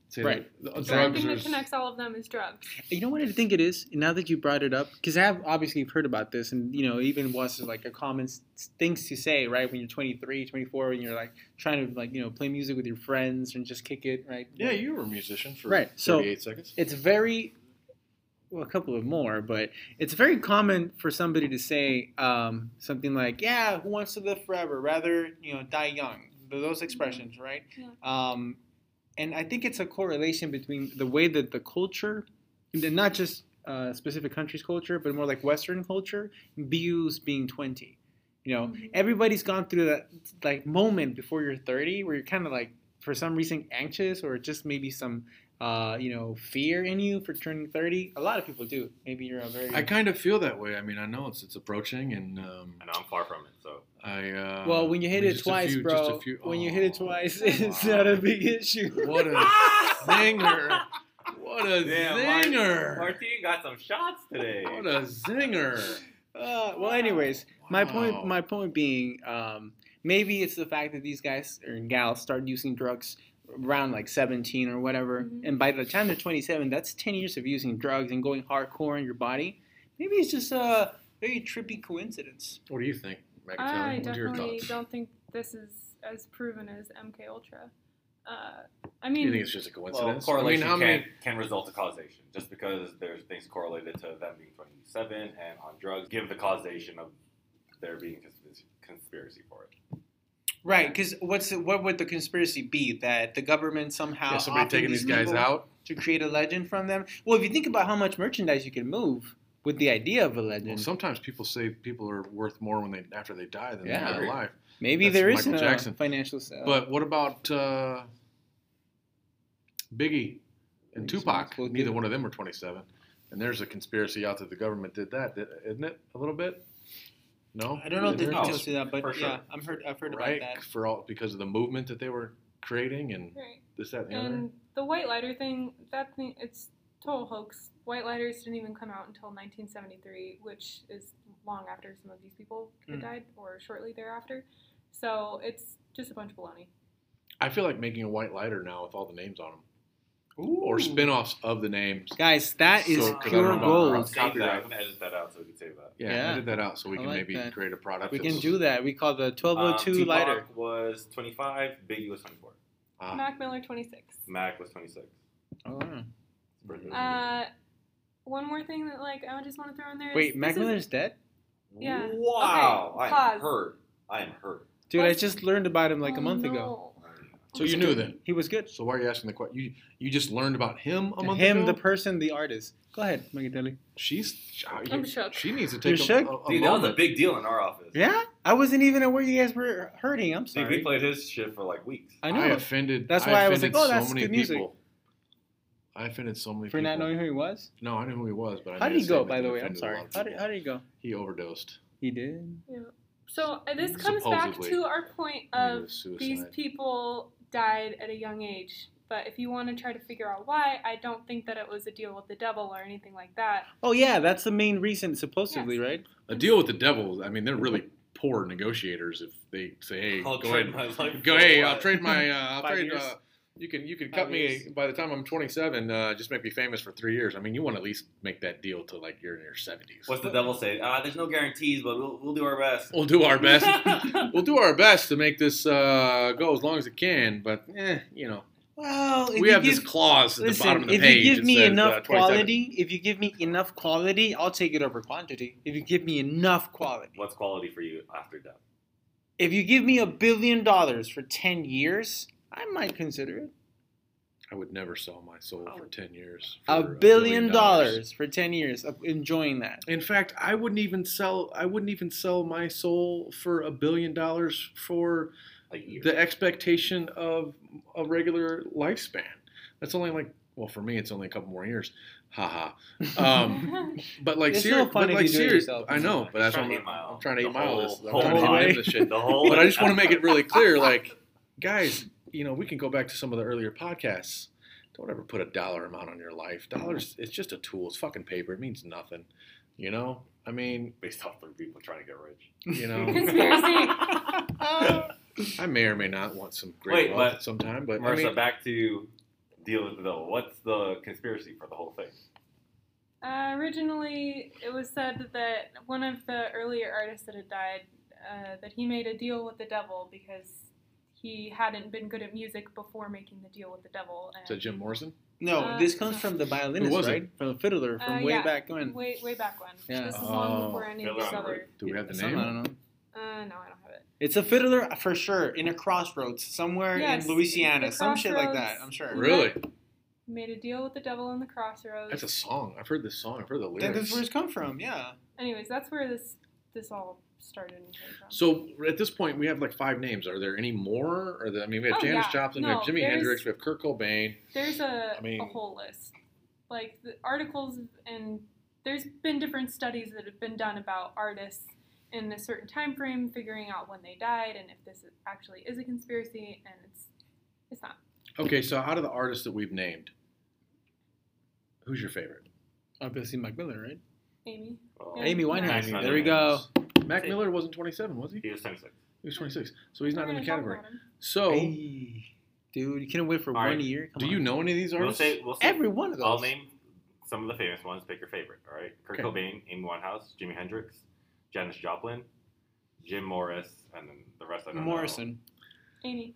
[SPEAKER 3] See,
[SPEAKER 5] Right.
[SPEAKER 3] the- the
[SPEAKER 2] The one
[SPEAKER 3] drugs
[SPEAKER 2] thing
[SPEAKER 3] are.
[SPEAKER 2] that connects all of them is drugs.
[SPEAKER 5] You know what I think it is? Now that you brought it up, because I have obviously heard about this, and you know, even was like a common s- things to say, right? When you're 23, 24, and you're like trying to like you know play music with your friends and just kick it, right?
[SPEAKER 3] Yeah, you were a musician for
[SPEAKER 5] Right, so-
[SPEAKER 3] 38 seconds.
[SPEAKER 5] it's very well a couple of more but it's very common for somebody to say um, something like yeah who wants to live forever rather you know die young Th- those expressions right
[SPEAKER 2] Yeah.
[SPEAKER 5] um, and i think it's a correlation between the way that the culture and not just uh, specific countries culture but more like western culture views being 20 you know
[SPEAKER 2] Mhm.
[SPEAKER 5] everybody's gone through that like moment before you're 30 where you're kind of like for some reason anxious or just maybe some uh, you know fear in you for turning 30 a lot of people do maybe you're a very
[SPEAKER 3] I kind of feel that way. I mean, I know it's it's approaching, and um,
[SPEAKER 4] And I'm far from it, so
[SPEAKER 3] I. Uh,
[SPEAKER 5] well when you hit
[SPEAKER 3] I mean,
[SPEAKER 5] it
[SPEAKER 3] just a
[SPEAKER 5] twice
[SPEAKER 3] few- just
[SPEAKER 5] bro
[SPEAKER 3] a few-
[SPEAKER 5] when you hit it
[SPEAKER 3] Oh,
[SPEAKER 5] twice
[SPEAKER 3] wow.
[SPEAKER 5] it's not a big issue
[SPEAKER 3] What a zinger! What a
[SPEAKER 4] Damn,
[SPEAKER 3] zinger!
[SPEAKER 4] Martine got some shots today.
[SPEAKER 3] What a zinger!
[SPEAKER 5] uh, well anyways my
[SPEAKER 3] Wow.
[SPEAKER 5] point my point being um, maybe it's the fact that these guys or gals start using drugs around like 17 or whatever
[SPEAKER 2] Mhm.
[SPEAKER 5] and by the time they're 27 that's 10 years of using drugs and going hardcore in your body maybe it's just a very trippy coincidence
[SPEAKER 3] What do you think, Megan Taylor?
[SPEAKER 2] I
[SPEAKER 3] What are your
[SPEAKER 2] definitely
[SPEAKER 3] thoughts?
[SPEAKER 2] don't think this is as proven as MK Ultra. Uh, I
[SPEAKER 3] Do
[SPEAKER 2] mean,
[SPEAKER 3] you think it's just a
[SPEAKER 4] Well,
[SPEAKER 3] coincidence?
[SPEAKER 4] correlation
[SPEAKER 3] I mean, how
[SPEAKER 4] can,
[SPEAKER 3] many?
[SPEAKER 4] can result to causation. Just because there's things correlated to them being 27 and on drugs, give the causation of there being conspiracy, conspiracy for it.
[SPEAKER 5] Right, because what's what would the conspiracy be that the government somehow
[SPEAKER 3] Yeah, somebody
[SPEAKER 5] offered
[SPEAKER 3] taking these guys
[SPEAKER 5] people
[SPEAKER 3] out.
[SPEAKER 5] to create a legend from them? Well, if you think about how much merchandise you can move, with the idea of a legend.
[SPEAKER 3] Well, sometimes people say people are worth more when they after they die than
[SPEAKER 5] Yeah.
[SPEAKER 3] they are alive.
[SPEAKER 5] Maybe
[SPEAKER 3] that's
[SPEAKER 5] there is
[SPEAKER 3] Michael
[SPEAKER 5] no
[SPEAKER 3] Jackson.
[SPEAKER 5] financial sale.
[SPEAKER 3] But what about uh, Biggie and
[SPEAKER 5] He's
[SPEAKER 3] Tupac?
[SPEAKER 5] multiple
[SPEAKER 3] Neither
[SPEAKER 5] dude.
[SPEAKER 3] one of them are 27. And there's a conspiracy out that the government did that, di- isn't it? A little bit. No,
[SPEAKER 5] I don't know if the
[SPEAKER 3] They're
[SPEAKER 4] No,
[SPEAKER 5] details to that, but
[SPEAKER 4] for sure.
[SPEAKER 5] yeah, I've heard I've heard
[SPEAKER 3] right
[SPEAKER 5] about that.
[SPEAKER 3] for all because of the movement that they were creating and
[SPEAKER 2] Right.
[SPEAKER 3] this, that, and the other.
[SPEAKER 5] Um,
[SPEAKER 2] And the white lighter thing, that thing, it's total hoax. White lighters didn't even come out until 1973, which is long after some of these people had
[SPEAKER 5] Mm.
[SPEAKER 2] died or shortly thereafter. So it's just a bunch of baloney.
[SPEAKER 3] I feel like making a white lighter now with all the names on them,
[SPEAKER 5] Ooh.
[SPEAKER 3] or spin-offs of the names.
[SPEAKER 5] Guys, that is
[SPEAKER 3] So, 'cause I
[SPEAKER 5] pure
[SPEAKER 3] don't know.
[SPEAKER 4] Copy
[SPEAKER 5] gold.
[SPEAKER 4] that. I'm
[SPEAKER 3] Copyright.
[SPEAKER 4] gonna edit that out so we can save that.
[SPEAKER 3] Yeah,
[SPEAKER 5] Yeah.
[SPEAKER 3] edit that out so we
[SPEAKER 5] I
[SPEAKER 3] can
[SPEAKER 5] like
[SPEAKER 3] maybe
[SPEAKER 5] that.
[SPEAKER 3] create a product.
[SPEAKER 5] We
[SPEAKER 3] that's-
[SPEAKER 5] can do that. We call the
[SPEAKER 4] Um,
[SPEAKER 5] 1202
[SPEAKER 4] Tupac
[SPEAKER 5] lighter.
[SPEAKER 4] was 25. Biggie was 24.
[SPEAKER 3] Ah,
[SPEAKER 5] Uh,
[SPEAKER 2] Mac Miller, 26.
[SPEAKER 4] Mac was 26.
[SPEAKER 5] Oh.
[SPEAKER 4] Birthday.
[SPEAKER 2] Uh, one more thing that like I just want to throw in there. is
[SPEAKER 5] Wait,
[SPEAKER 2] this
[SPEAKER 5] Mac
[SPEAKER 2] is-
[SPEAKER 5] Miller's dead?
[SPEAKER 2] yeah.
[SPEAKER 4] Wow.
[SPEAKER 2] Okay,
[SPEAKER 4] I am
[SPEAKER 2] pause.
[SPEAKER 4] hurt. I am hurt.
[SPEAKER 5] Dude, I
[SPEAKER 2] What?
[SPEAKER 5] just learned about him like a
[SPEAKER 2] Oh,
[SPEAKER 5] month ago.
[SPEAKER 2] no.
[SPEAKER 3] So you knew then.
[SPEAKER 5] He was good.
[SPEAKER 3] So why are you asking the question? You you just learned about him a month
[SPEAKER 5] Him,
[SPEAKER 3] ago.
[SPEAKER 5] the person, the artist. Go ahead, Megatelli.
[SPEAKER 3] She's.
[SPEAKER 2] I'm shook.
[SPEAKER 3] She needs to
[SPEAKER 5] You're
[SPEAKER 3] take a,
[SPEAKER 5] shook?
[SPEAKER 3] a, a
[SPEAKER 4] Dude, that was a
[SPEAKER 3] moment.
[SPEAKER 4] big deal in our office.
[SPEAKER 5] Yeah, I wasn't even aware you guys were hurting. I'm
[SPEAKER 4] Dude, we
[SPEAKER 5] sorry.
[SPEAKER 4] played his shit for like weeks.
[SPEAKER 5] I
[SPEAKER 3] I,
[SPEAKER 5] know
[SPEAKER 3] offended.
[SPEAKER 5] That's why I was
[SPEAKER 3] offended
[SPEAKER 5] like, oh, that's
[SPEAKER 3] so many
[SPEAKER 5] good music.
[SPEAKER 3] people. I offended so many
[SPEAKER 5] for
[SPEAKER 3] people.
[SPEAKER 5] not knowing who he was.
[SPEAKER 3] No, I knew who he was, but I
[SPEAKER 5] How
[SPEAKER 3] made
[SPEAKER 5] did
[SPEAKER 3] a
[SPEAKER 5] he go?
[SPEAKER 3] statement
[SPEAKER 5] By
[SPEAKER 3] that
[SPEAKER 5] the way, I'm
[SPEAKER 3] offended a
[SPEAKER 5] sorry.
[SPEAKER 3] lot of
[SPEAKER 5] How did,
[SPEAKER 3] people.
[SPEAKER 5] how did he go?
[SPEAKER 3] he overdosed?
[SPEAKER 5] He did.
[SPEAKER 2] So uh, this comes back
[SPEAKER 3] Supposedly.
[SPEAKER 2] to our point
[SPEAKER 3] Maybe it
[SPEAKER 2] of
[SPEAKER 3] was suicide.
[SPEAKER 2] these people died at a young age. But if you want to try to figure out why, I don't think that it was a deal with the devil or anything like that.
[SPEAKER 5] Oh yeah, that's the main reason, supposedly,
[SPEAKER 2] Yes.
[SPEAKER 5] right?
[SPEAKER 3] a deal with the devil. I mean, they're really poor negotiators if they say, "Hey,
[SPEAKER 4] I'll
[SPEAKER 3] go
[SPEAKER 4] trade
[SPEAKER 3] ahead,
[SPEAKER 4] my life.
[SPEAKER 3] go,
[SPEAKER 4] for
[SPEAKER 3] hey,
[SPEAKER 4] what?
[SPEAKER 3] I'll trade my, uh, I'll
[SPEAKER 5] Five
[SPEAKER 3] trade,
[SPEAKER 5] years?
[SPEAKER 3] uh, you can, you can
[SPEAKER 5] Five
[SPEAKER 3] cut me
[SPEAKER 5] years?
[SPEAKER 3] by the time I'm 27. Uh, just make me famous for three years. I mean, you want to at least make that deal to like you're in your 70s.
[SPEAKER 4] What's the devil say? Ah, there's no guarantees, but we'll, we'll do our best.
[SPEAKER 3] We'll do our best. we'll do our best to make this uh, go as long as it can, but eh, you know,
[SPEAKER 5] Well, if
[SPEAKER 3] we
[SPEAKER 5] you
[SPEAKER 3] have
[SPEAKER 5] give-
[SPEAKER 3] this clause at the
[SPEAKER 5] listen,
[SPEAKER 3] bottom of the
[SPEAKER 5] if
[SPEAKER 3] page.
[SPEAKER 5] you give
[SPEAKER 3] that
[SPEAKER 5] me
[SPEAKER 3] says,
[SPEAKER 5] enough
[SPEAKER 3] uh, 27.
[SPEAKER 5] quality, if you give me enough quality, I'll take it over quantity. If you give me enough quality,
[SPEAKER 4] What's quality for you after death?
[SPEAKER 5] if you give me a billion dollars for ten years, I might consider it.
[SPEAKER 3] I would never sell my soul for 10 years. for
[SPEAKER 5] Oh. A billion dollars for ten years of enjoying that.
[SPEAKER 3] In fact, I wouldn't even sell. I wouldn't even sell my soul for a billion dollars for
[SPEAKER 4] A year.
[SPEAKER 3] the expectation of a regular lifespan. That's only like, well, for me, it's only a couple more years. Haha. Um, but like,
[SPEAKER 5] It's
[SPEAKER 3] serious.
[SPEAKER 5] still fun
[SPEAKER 3] but
[SPEAKER 5] if
[SPEAKER 3] like,
[SPEAKER 5] you do it
[SPEAKER 3] serious.
[SPEAKER 5] yourself.
[SPEAKER 3] I know, but that's what
[SPEAKER 4] Trying
[SPEAKER 3] I'm,
[SPEAKER 4] to eat my
[SPEAKER 3] I'm
[SPEAKER 4] own.
[SPEAKER 3] trying to
[SPEAKER 4] The
[SPEAKER 3] eat my own.
[SPEAKER 4] whole-
[SPEAKER 3] This- I'm
[SPEAKER 4] whole
[SPEAKER 3] trying to
[SPEAKER 5] way.
[SPEAKER 3] eat this shit.
[SPEAKER 4] The whole.
[SPEAKER 3] But I just want to make it really clear, like, guys, you know, we can go back to some of the earlier podcasts. Don't ever put a dollar amount on your life. Dollars, it's just a tool. It's fucking paper. It means nothing. You know, I mean,
[SPEAKER 4] based off three people trying to get rich.
[SPEAKER 3] you know.
[SPEAKER 2] Conspiracy. Uh,
[SPEAKER 3] I may or may not want some great
[SPEAKER 4] Wait,
[SPEAKER 3] wealth
[SPEAKER 4] but-
[SPEAKER 3] sometime, but
[SPEAKER 4] Marissa,
[SPEAKER 3] I mean,
[SPEAKER 4] back to deal with the devil. What's the conspiracy for the whole thing?
[SPEAKER 2] Uh, originally, it was said that one of the earlier artists that had died, uh, that he made a deal with the devil because he hadn't been good at music before making the deal with the devil. And
[SPEAKER 3] to Jim Morrison,
[SPEAKER 5] No,
[SPEAKER 2] Uh,
[SPEAKER 5] this comes from the
[SPEAKER 3] Who
[SPEAKER 5] violinist,
[SPEAKER 3] was it?
[SPEAKER 5] right? From the fiddler, from
[SPEAKER 2] Uh,
[SPEAKER 5] way
[SPEAKER 2] yeah.
[SPEAKER 5] back when.
[SPEAKER 2] Way, way back when.
[SPEAKER 5] Yeah.
[SPEAKER 2] This is long
[SPEAKER 3] Oh.
[SPEAKER 2] before any of
[SPEAKER 4] Fiddler
[SPEAKER 2] these
[SPEAKER 4] on the
[SPEAKER 2] other.
[SPEAKER 3] do we have the
[SPEAKER 5] Some- I
[SPEAKER 3] name?
[SPEAKER 5] don't know.
[SPEAKER 2] Uh, no, I don't have it.
[SPEAKER 5] It's a fiddler for sure in a crossroads somewhere
[SPEAKER 2] Yes,
[SPEAKER 5] in Louisiana,
[SPEAKER 2] the
[SPEAKER 5] some shit like that.
[SPEAKER 2] crossroads.
[SPEAKER 5] I'm sure.
[SPEAKER 3] Really?
[SPEAKER 2] He made a deal with the devil in the crossroads.
[SPEAKER 3] That's a song. I've heard this song. I've heard the
[SPEAKER 5] That- That's
[SPEAKER 3] lyrics.
[SPEAKER 5] where it's come from. Yeah.
[SPEAKER 2] Anyways, that's where this this all started. And came from.
[SPEAKER 3] So at this point, we have like five names. Are there any more? Or the, I mean, we have
[SPEAKER 2] Oh,
[SPEAKER 3] Janis
[SPEAKER 2] yeah.
[SPEAKER 3] Joplin, we have
[SPEAKER 2] No,
[SPEAKER 3] Jimi
[SPEAKER 2] there's-
[SPEAKER 3] Hendrix, we have Kurt Cobain.
[SPEAKER 2] There's a,
[SPEAKER 3] I mean-
[SPEAKER 2] a whole list. Like the articles and there's been different studies that have been done about artists in a certain time frame figuring out when they died and if this is, actually is a conspiracy and it's it's not.
[SPEAKER 3] Okay, so out of the artists that we've named, who's your favorite?
[SPEAKER 5] Obviously, Mac Miller, right?
[SPEAKER 2] Amy.
[SPEAKER 4] Well,
[SPEAKER 5] Amy
[SPEAKER 4] Max
[SPEAKER 5] Winehouse.
[SPEAKER 4] Miller
[SPEAKER 5] There we go.
[SPEAKER 3] Mac Miller wasn't 27, was he?
[SPEAKER 4] Oh, He was 26.
[SPEAKER 3] He was 26. So he's not
[SPEAKER 2] We're
[SPEAKER 3] in the
[SPEAKER 2] gonna talk
[SPEAKER 3] category.
[SPEAKER 2] about him.
[SPEAKER 5] Oh.
[SPEAKER 3] So
[SPEAKER 5] Hey, dude, you couldn't wait for
[SPEAKER 4] All right.
[SPEAKER 5] one year. Come
[SPEAKER 3] do you
[SPEAKER 5] on.
[SPEAKER 3] know any of these
[SPEAKER 4] We'll
[SPEAKER 3] artists?
[SPEAKER 4] say, we'll say
[SPEAKER 5] every one of those?
[SPEAKER 4] I'll name some of the famous ones. Pick your favorite. All right: Kurt
[SPEAKER 3] Okay.
[SPEAKER 4] Cobain, Amy Winehouse, Jimi Hendrix, Janis Joplin, Jim Morris, and then the rest I don't
[SPEAKER 5] Morrison.
[SPEAKER 2] Amy.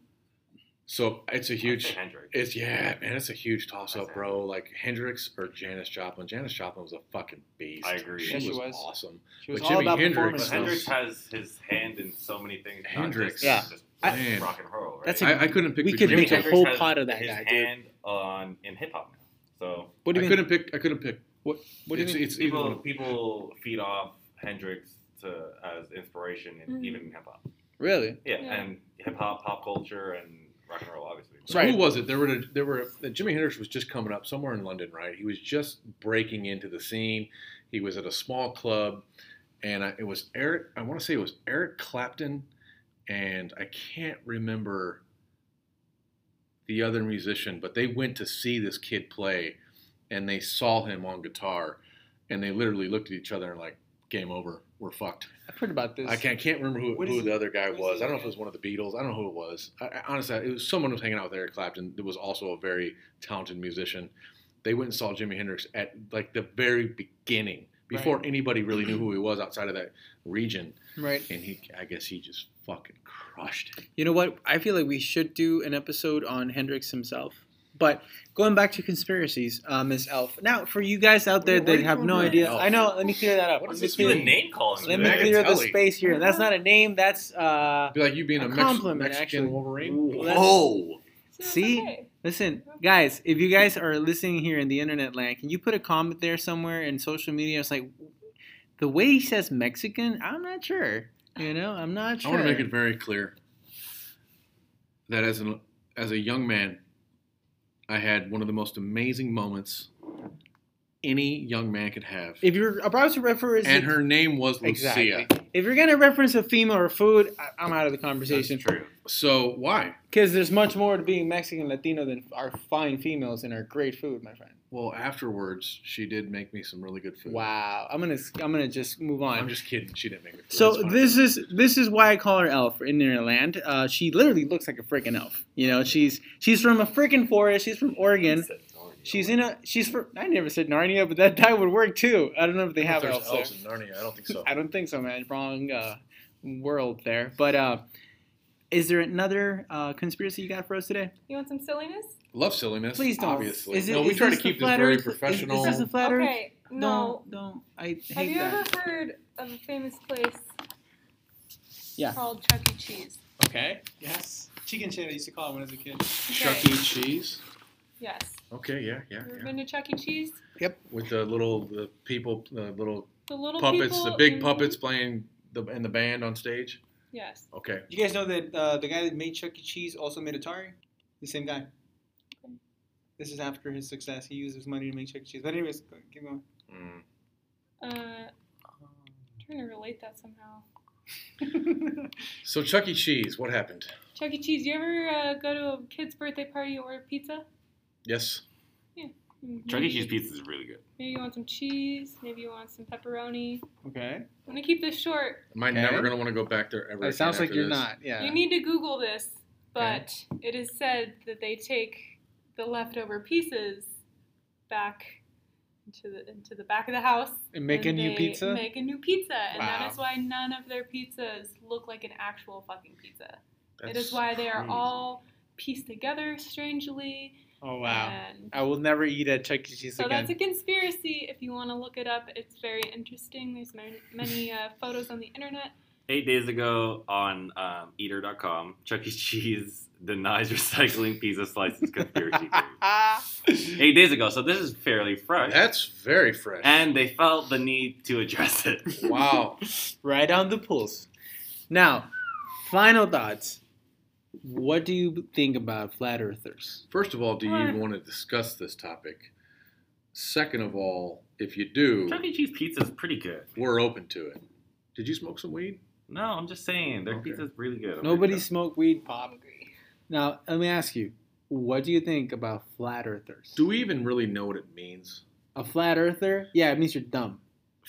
[SPEAKER 3] so it's a
[SPEAKER 4] know. I'd say
[SPEAKER 3] huge
[SPEAKER 4] Hendrix.
[SPEAKER 3] It's yeah, man. It's a huge toss
[SPEAKER 4] That's
[SPEAKER 3] up,
[SPEAKER 4] it.
[SPEAKER 3] bro. Like Hendrix or Janis Joplin. Janis Joplin was a fucking beast.
[SPEAKER 4] I agree.
[SPEAKER 3] She,
[SPEAKER 5] Yeah, she
[SPEAKER 3] was,
[SPEAKER 5] was.
[SPEAKER 3] awesome.
[SPEAKER 5] She was
[SPEAKER 3] But
[SPEAKER 5] all
[SPEAKER 3] Jimi
[SPEAKER 5] about
[SPEAKER 3] Hendrix
[SPEAKER 5] performance.
[SPEAKER 4] But
[SPEAKER 3] So-
[SPEAKER 4] Hendrix has his hand in so many things. not
[SPEAKER 3] Hendrix.
[SPEAKER 4] just-
[SPEAKER 5] Yeah.
[SPEAKER 4] just
[SPEAKER 3] I- Man.
[SPEAKER 4] rock and roll. Right?
[SPEAKER 5] That's a-
[SPEAKER 3] I, I couldn't pick.
[SPEAKER 5] We could
[SPEAKER 3] between
[SPEAKER 5] make a
[SPEAKER 3] them.
[SPEAKER 4] Hendrix
[SPEAKER 5] whole
[SPEAKER 4] has
[SPEAKER 5] pot of that
[SPEAKER 4] his
[SPEAKER 5] guy, dude.
[SPEAKER 4] hand on in hip hop now. So
[SPEAKER 5] What do
[SPEAKER 3] I
[SPEAKER 5] you mean?
[SPEAKER 3] couldn't pick. I couldn't pick.
[SPEAKER 5] What, what do you
[SPEAKER 3] it's,
[SPEAKER 5] mean?
[SPEAKER 3] It's even-
[SPEAKER 4] people people feed off Hendrix to as inspiration and
[SPEAKER 2] Mhm.
[SPEAKER 4] even in hip hop.
[SPEAKER 5] Really?
[SPEAKER 4] Yeah,
[SPEAKER 2] Yeah.
[SPEAKER 4] and hip hop, pop culture, and rock and roll, obviously.
[SPEAKER 3] So
[SPEAKER 5] Right.
[SPEAKER 3] who was it? There were there were Jimi Hendrix was just coming up somewhere in London, right? He was just breaking into the scene. He was at a small club, and I, it was Eric. I want to say it was Eric Clapton, and I can't remember the other musician, but they went to see this kid play, and they saw him on guitar, and they literally looked at each other and like, "Game over, we're fucked."
[SPEAKER 5] I've heard about this.
[SPEAKER 3] I can't, can't remember who,
[SPEAKER 5] What
[SPEAKER 3] who
[SPEAKER 5] is
[SPEAKER 3] the other guy
[SPEAKER 5] what is
[SPEAKER 3] was.
[SPEAKER 5] it?
[SPEAKER 3] I don't know if it was one of the Beatles. I don't know who it was. I, I, honestly, it was someone who was hanging out with Eric Clapton. That was also a very talented musician. They went and saw Jimi Hendrix at like the very beginning, before anybody really knew who he was outside of that region.
[SPEAKER 5] Right.
[SPEAKER 3] And he, I guess, he just fucking crushed it.
[SPEAKER 5] You know what? I feel like we should do an episode on Hendrix himself. But going back to conspiracies, uh, Miss Elf. Now, for you guys out there
[SPEAKER 3] Why are
[SPEAKER 5] that
[SPEAKER 3] you
[SPEAKER 5] have
[SPEAKER 3] calling
[SPEAKER 5] no
[SPEAKER 3] her
[SPEAKER 5] idea,
[SPEAKER 3] Elf?
[SPEAKER 5] I know. Let me clear that up.
[SPEAKER 3] What is
[SPEAKER 5] Let me
[SPEAKER 3] this
[SPEAKER 5] clear-
[SPEAKER 4] the name calling.
[SPEAKER 5] Let me
[SPEAKER 4] today.
[SPEAKER 5] clear the
[SPEAKER 3] Magatelli.
[SPEAKER 5] space here. That's not a name. That's uh.
[SPEAKER 3] Be like you being a,
[SPEAKER 5] A
[SPEAKER 3] Mex-
[SPEAKER 5] compliment,
[SPEAKER 3] Mexican
[SPEAKER 5] actually.
[SPEAKER 3] Wolverine. Oh,
[SPEAKER 5] Whoa.
[SPEAKER 2] So it's
[SPEAKER 5] See?
[SPEAKER 2] okay.
[SPEAKER 5] Listen, guys, if you guys are listening here in the internet land, can you put a comment there somewhere in social media? It's like the way he says Mexican. I'm not sure. You know, I'm not
[SPEAKER 3] I
[SPEAKER 5] sure.
[SPEAKER 3] want to make it very clear that as an as a young man, I had one of the most amazing moments any young man could have.
[SPEAKER 5] If you're about to reference,
[SPEAKER 3] and her name was Lucia.
[SPEAKER 5] exactly. If you're gonna reference a female or food, I, I'm out of the
[SPEAKER 4] That's
[SPEAKER 5] conversation.
[SPEAKER 4] true.
[SPEAKER 3] So why?
[SPEAKER 5] Because there's much more to being Mexican Latino than our fine females and our great food, my friend.
[SPEAKER 3] Well, afterwards, she did make me some really good food.
[SPEAKER 5] Wow, I'm gonna I'm gonna just move on.
[SPEAKER 3] I'm just kidding. She didn't make me food.
[SPEAKER 5] So
[SPEAKER 3] That's fine.
[SPEAKER 5] this is this is why I call her elf in their land. Uh, she literally looks like a freaking elf. You know, she's she's from a freaking forest. She's from Oregon. She's in a she's from. I never said Narnia, but that that would work too. I don't know if they
[SPEAKER 3] I
[SPEAKER 5] have
[SPEAKER 3] don't know if
[SPEAKER 5] elves.
[SPEAKER 3] there's
[SPEAKER 5] There.
[SPEAKER 3] elves in Narnia. I don't think so.
[SPEAKER 5] I don't think so, man. Wrong uh, world there. But uh, is there another uh, conspiracy you got for us today?
[SPEAKER 2] You want some silliness?
[SPEAKER 3] Love silliness.
[SPEAKER 5] Please don't.
[SPEAKER 3] Obviously,
[SPEAKER 5] Is it-
[SPEAKER 3] no. We
[SPEAKER 5] is
[SPEAKER 3] try to
[SPEAKER 5] this the
[SPEAKER 3] keep this
[SPEAKER 5] flat
[SPEAKER 3] very
[SPEAKER 5] Earth? Is-
[SPEAKER 3] professional.
[SPEAKER 5] Is, this the flat Earth?
[SPEAKER 2] Okay, no.
[SPEAKER 5] Don't, don't. I hate
[SPEAKER 2] Have you
[SPEAKER 5] that.
[SPEAKER 2] ever heard of a famous place
[SPEAKER 5] Yeah.
[SPEAKER 2] called Chuck E. Cheese?
[SPEAKER 5] Okay. Yes. Chicken shit. I used to call it when I was a kid.
[SPEAKER 3] Chuck E. Cheese.
[SPEAKER 2] Yes.
[SPEAKER 3] Okay, yeah,
[SPEAKER 2] You
[SPEAKER 3] yeah,
[SPEAKER 2] ever
[SPEAKER 3] yeah.
[SPEAKER 2] been to Chuck E. Cheese?
[SPEAKER 3] With the little the people, the little
[SPEAKER 2] The little
[SPEAKER 3] puppets,
[SPEAKER 2] people
[SPEAKER 3] the big
[SPEAKER 2] in-
[SPEAKER 3] puppets playing the and the band on stage.
[SPEAKER 2] Yes.
[SPEAKER 3] Okay,
[SPEAKER 5] You guys know that uh, the guy that made Chuck E. Cheese also made Atari? The same guy. This is after his success. He used his money to make Chuck E. Cheese. But anyways, go- keep going.
[SPEAKER 4] Mm.
[SPEAKER 2] Uh, trying to relate that somehow.
[SPEAKER 3] so Chuck E. Cheese, what happened?
[SPEAKER 2] Chuck E. Cheese. You ever uh, go to a kid's birthday party and order pizza?
[SPEAKER 3] Yes,
[SPEAKER 2] Mhm.
[SPEAKER 4] Chuck E. Cheese pizza is really good.
[SPEAKER 2] Maybe you want some cheese. Maybe you want some pepperoni.
[SPEAKER 5] Okay.
[SPEAKER 2] I'm gonna keep this short.
[SPEAKER 3] am I
[SPEAKER 5] Okay.
[SPEAKER 3] never gonna want to go back there ever?
[SPEAKER 5] It
[SPEAKER 3] again
[SPEAKER 5] sounds like
[SPEAKER 3] after
[SPEAKER 5] you're
[SPEAKER 3] this?
[SPEAKER 5] not. Yeah.
[SPEAKER 2] You need to Google this, but it is said that they take the leftover pieces back into the into the back of the house
[SPEAKER 5] and make a
[SPEAKER 2] and
[SPEAKER 5] new
[SPEAKER 2] they
[SPEAKER 5] pizza?
[SPEAKER 2] Make a new pizza, and
[SPEAKER 5] Wow.
[SPEAKER 2] that is why none of their pizzas look like an actual fucking pizza. it
[SPEAKER 3] That's
[SPEAKER 2] is why they are
[SPEAKER 3] crazy.
[SPEAKER 2] all pieced together strangely.
[SPEAKER 5] oh, wow.
[SPEAKER 2] And
[SPEAKER 5] I will never eat at Chuck E. Cheese
[SPEAKER 2] so
[SPEAKER 5] again.
[SPEAKER 2] that's a conspiracy. If you want to look it up, it's very interesting. There's many, many uh, photos on the internet.
[SPEAKER 4] Eight days ago on um, Eater.com, Chuck E. Cheese denies recycling pizza slices conspiracy theory.
[SPEAKER 5] Ah.
[SPEAKER 4] Eight days ago, so this is fairly fresh,
[SPEAKER 3] That's very fresh.
[SPEAKER 4] and they felt the need to address it.
[SPEAKER 3] wow,
[SPEAKER 5] right on the pulse. Now, final thoughts. What do you think about flat earthers?
[SPEAKER 3] First of all, do you even want to discuss this topic? Second of all, if you do,
[SPEAKER 4] Chuck E. Cheese pizza is pretty good.
[SPEAKER 3] we're open to it. Did you smoke some weed?
[SPEAKER 4] No, I'm just saying their
[SPEAKER 3] Okay.
[SPEAKER 4] pizza's really good. I'm
[SPEAKER 5] Nobody
[SPEAKER 4] really-
[SPEAKER 5] smoked weed,
[SPEAKER 2] I
[SPEAKER 5] pop.
[SPEAKER 2] agree.
[SPEAKER 5] Now, let me ask you. What do you think about flat earthers?
[SPEAKER 3] Do we even really know what it means?
[SPEAKER 5] A flat earther? Yeah, it means you're dumb.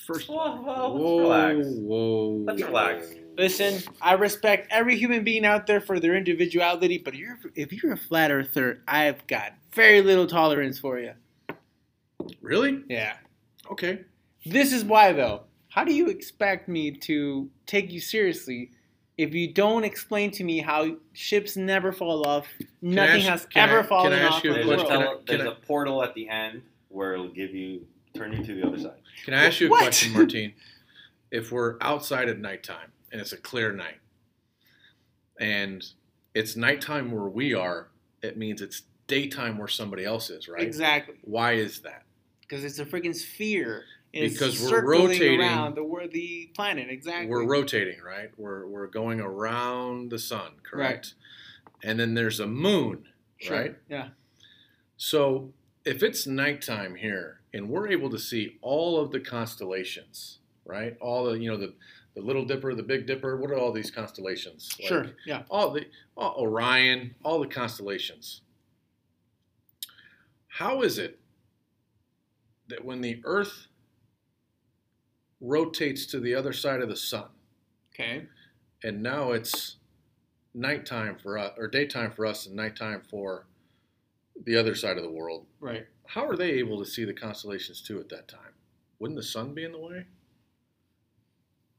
[SPEAKER 3] First,
[SPEAKER 4] Whoa, whoa, let's
[SPEAKER 3] whoa,
[SPEAKER 4] relax.
[SPEAKER 3] whoa,
[SPEAKER 4] Let's relax.
[SPEAKER 5] Listen, I respect every human being out there for their individuality, but you're, if you're a flat earther, I've got very little tolerance for you.
[SPEAKER 3] Really?
[SPEAKER 5] Yeah.
[SPEAKER 3] Okay.
[SPEAKER 5] This is why, though. How do you expect me to take you seriously if you don't explain to me how ships never fall off?
[SPEAKER 3] I
[SPEAKER 5] Nothing
[SPEAKER 3] ask-
[SPEAKER 5] has
[SPEAKER 3] can I-
[SPEAKER 5] ever
[SPEAKER 3] can
[SPEAKER 5] fallen
[SPEAKER 3] I ask
[SPEAKER 5] off.
[SPEAKER 3] you a
[SPEAKER 5] of
[SPEAKER 4] There's,
[SPEAKER 5] the
[SPEAKER 4] a,
[SPEAKER 3] question?
[SPEAKER 5] world.
[SPEAKER 3] Can I-
[SPEAKER 4] tele-
[SPEAKER 3] can
[SPEAKER 4] there's a portal at the end where it'll give you turn you to the other side.
[SPEAKER 3] Can I ask you a
[SPEAKER 5] What?
[SPEAKER 3] question, Martine? If we're outside at nighttime and it's a clear night, and it's nighttime where we are, it means it's daytime where somebody else is, right?
[SPEAKER 5] Exactly.
[SPEAKER 3] Why is that?
[SPEAKER 5] Because it's a freaking sphere. and it's
[SPEAKER 3] Because we're
[SPEAKER 5] circling
[SPEAKER 3] rotating-
[SPEAKER 5] around the, wor- the planet. Exactly.
[SPEAKER 3] We're rotating, right? We're we're going around the sun, correct? And then there's a moon,
[SPEAKER 5] Sure.
[SPEAKER 3] right?
[SPEAKER 5] Yeah.
[SPEAKER 3] So if it's nighttime here and we're able to see all of the constellations, right? All the you know the the Little Dipper, the Big Dipper. What are all these constellations? Like,
[SPEAKER 5] Sure. Yeah.
[SPEAKER 3] All the all Orion, all the constellations. How is it that when the Earth rotates to the other side of the sun,
[SPEAKER 5] Okay.
[SPEAKER 3] and now it's nighttime for us or daytime for us and nighttime for the other side of the world
[SPEAKER 5] Right.
[SPEAKER 3] how are they able to see the constellations too at that time wouldn't the sun be in the way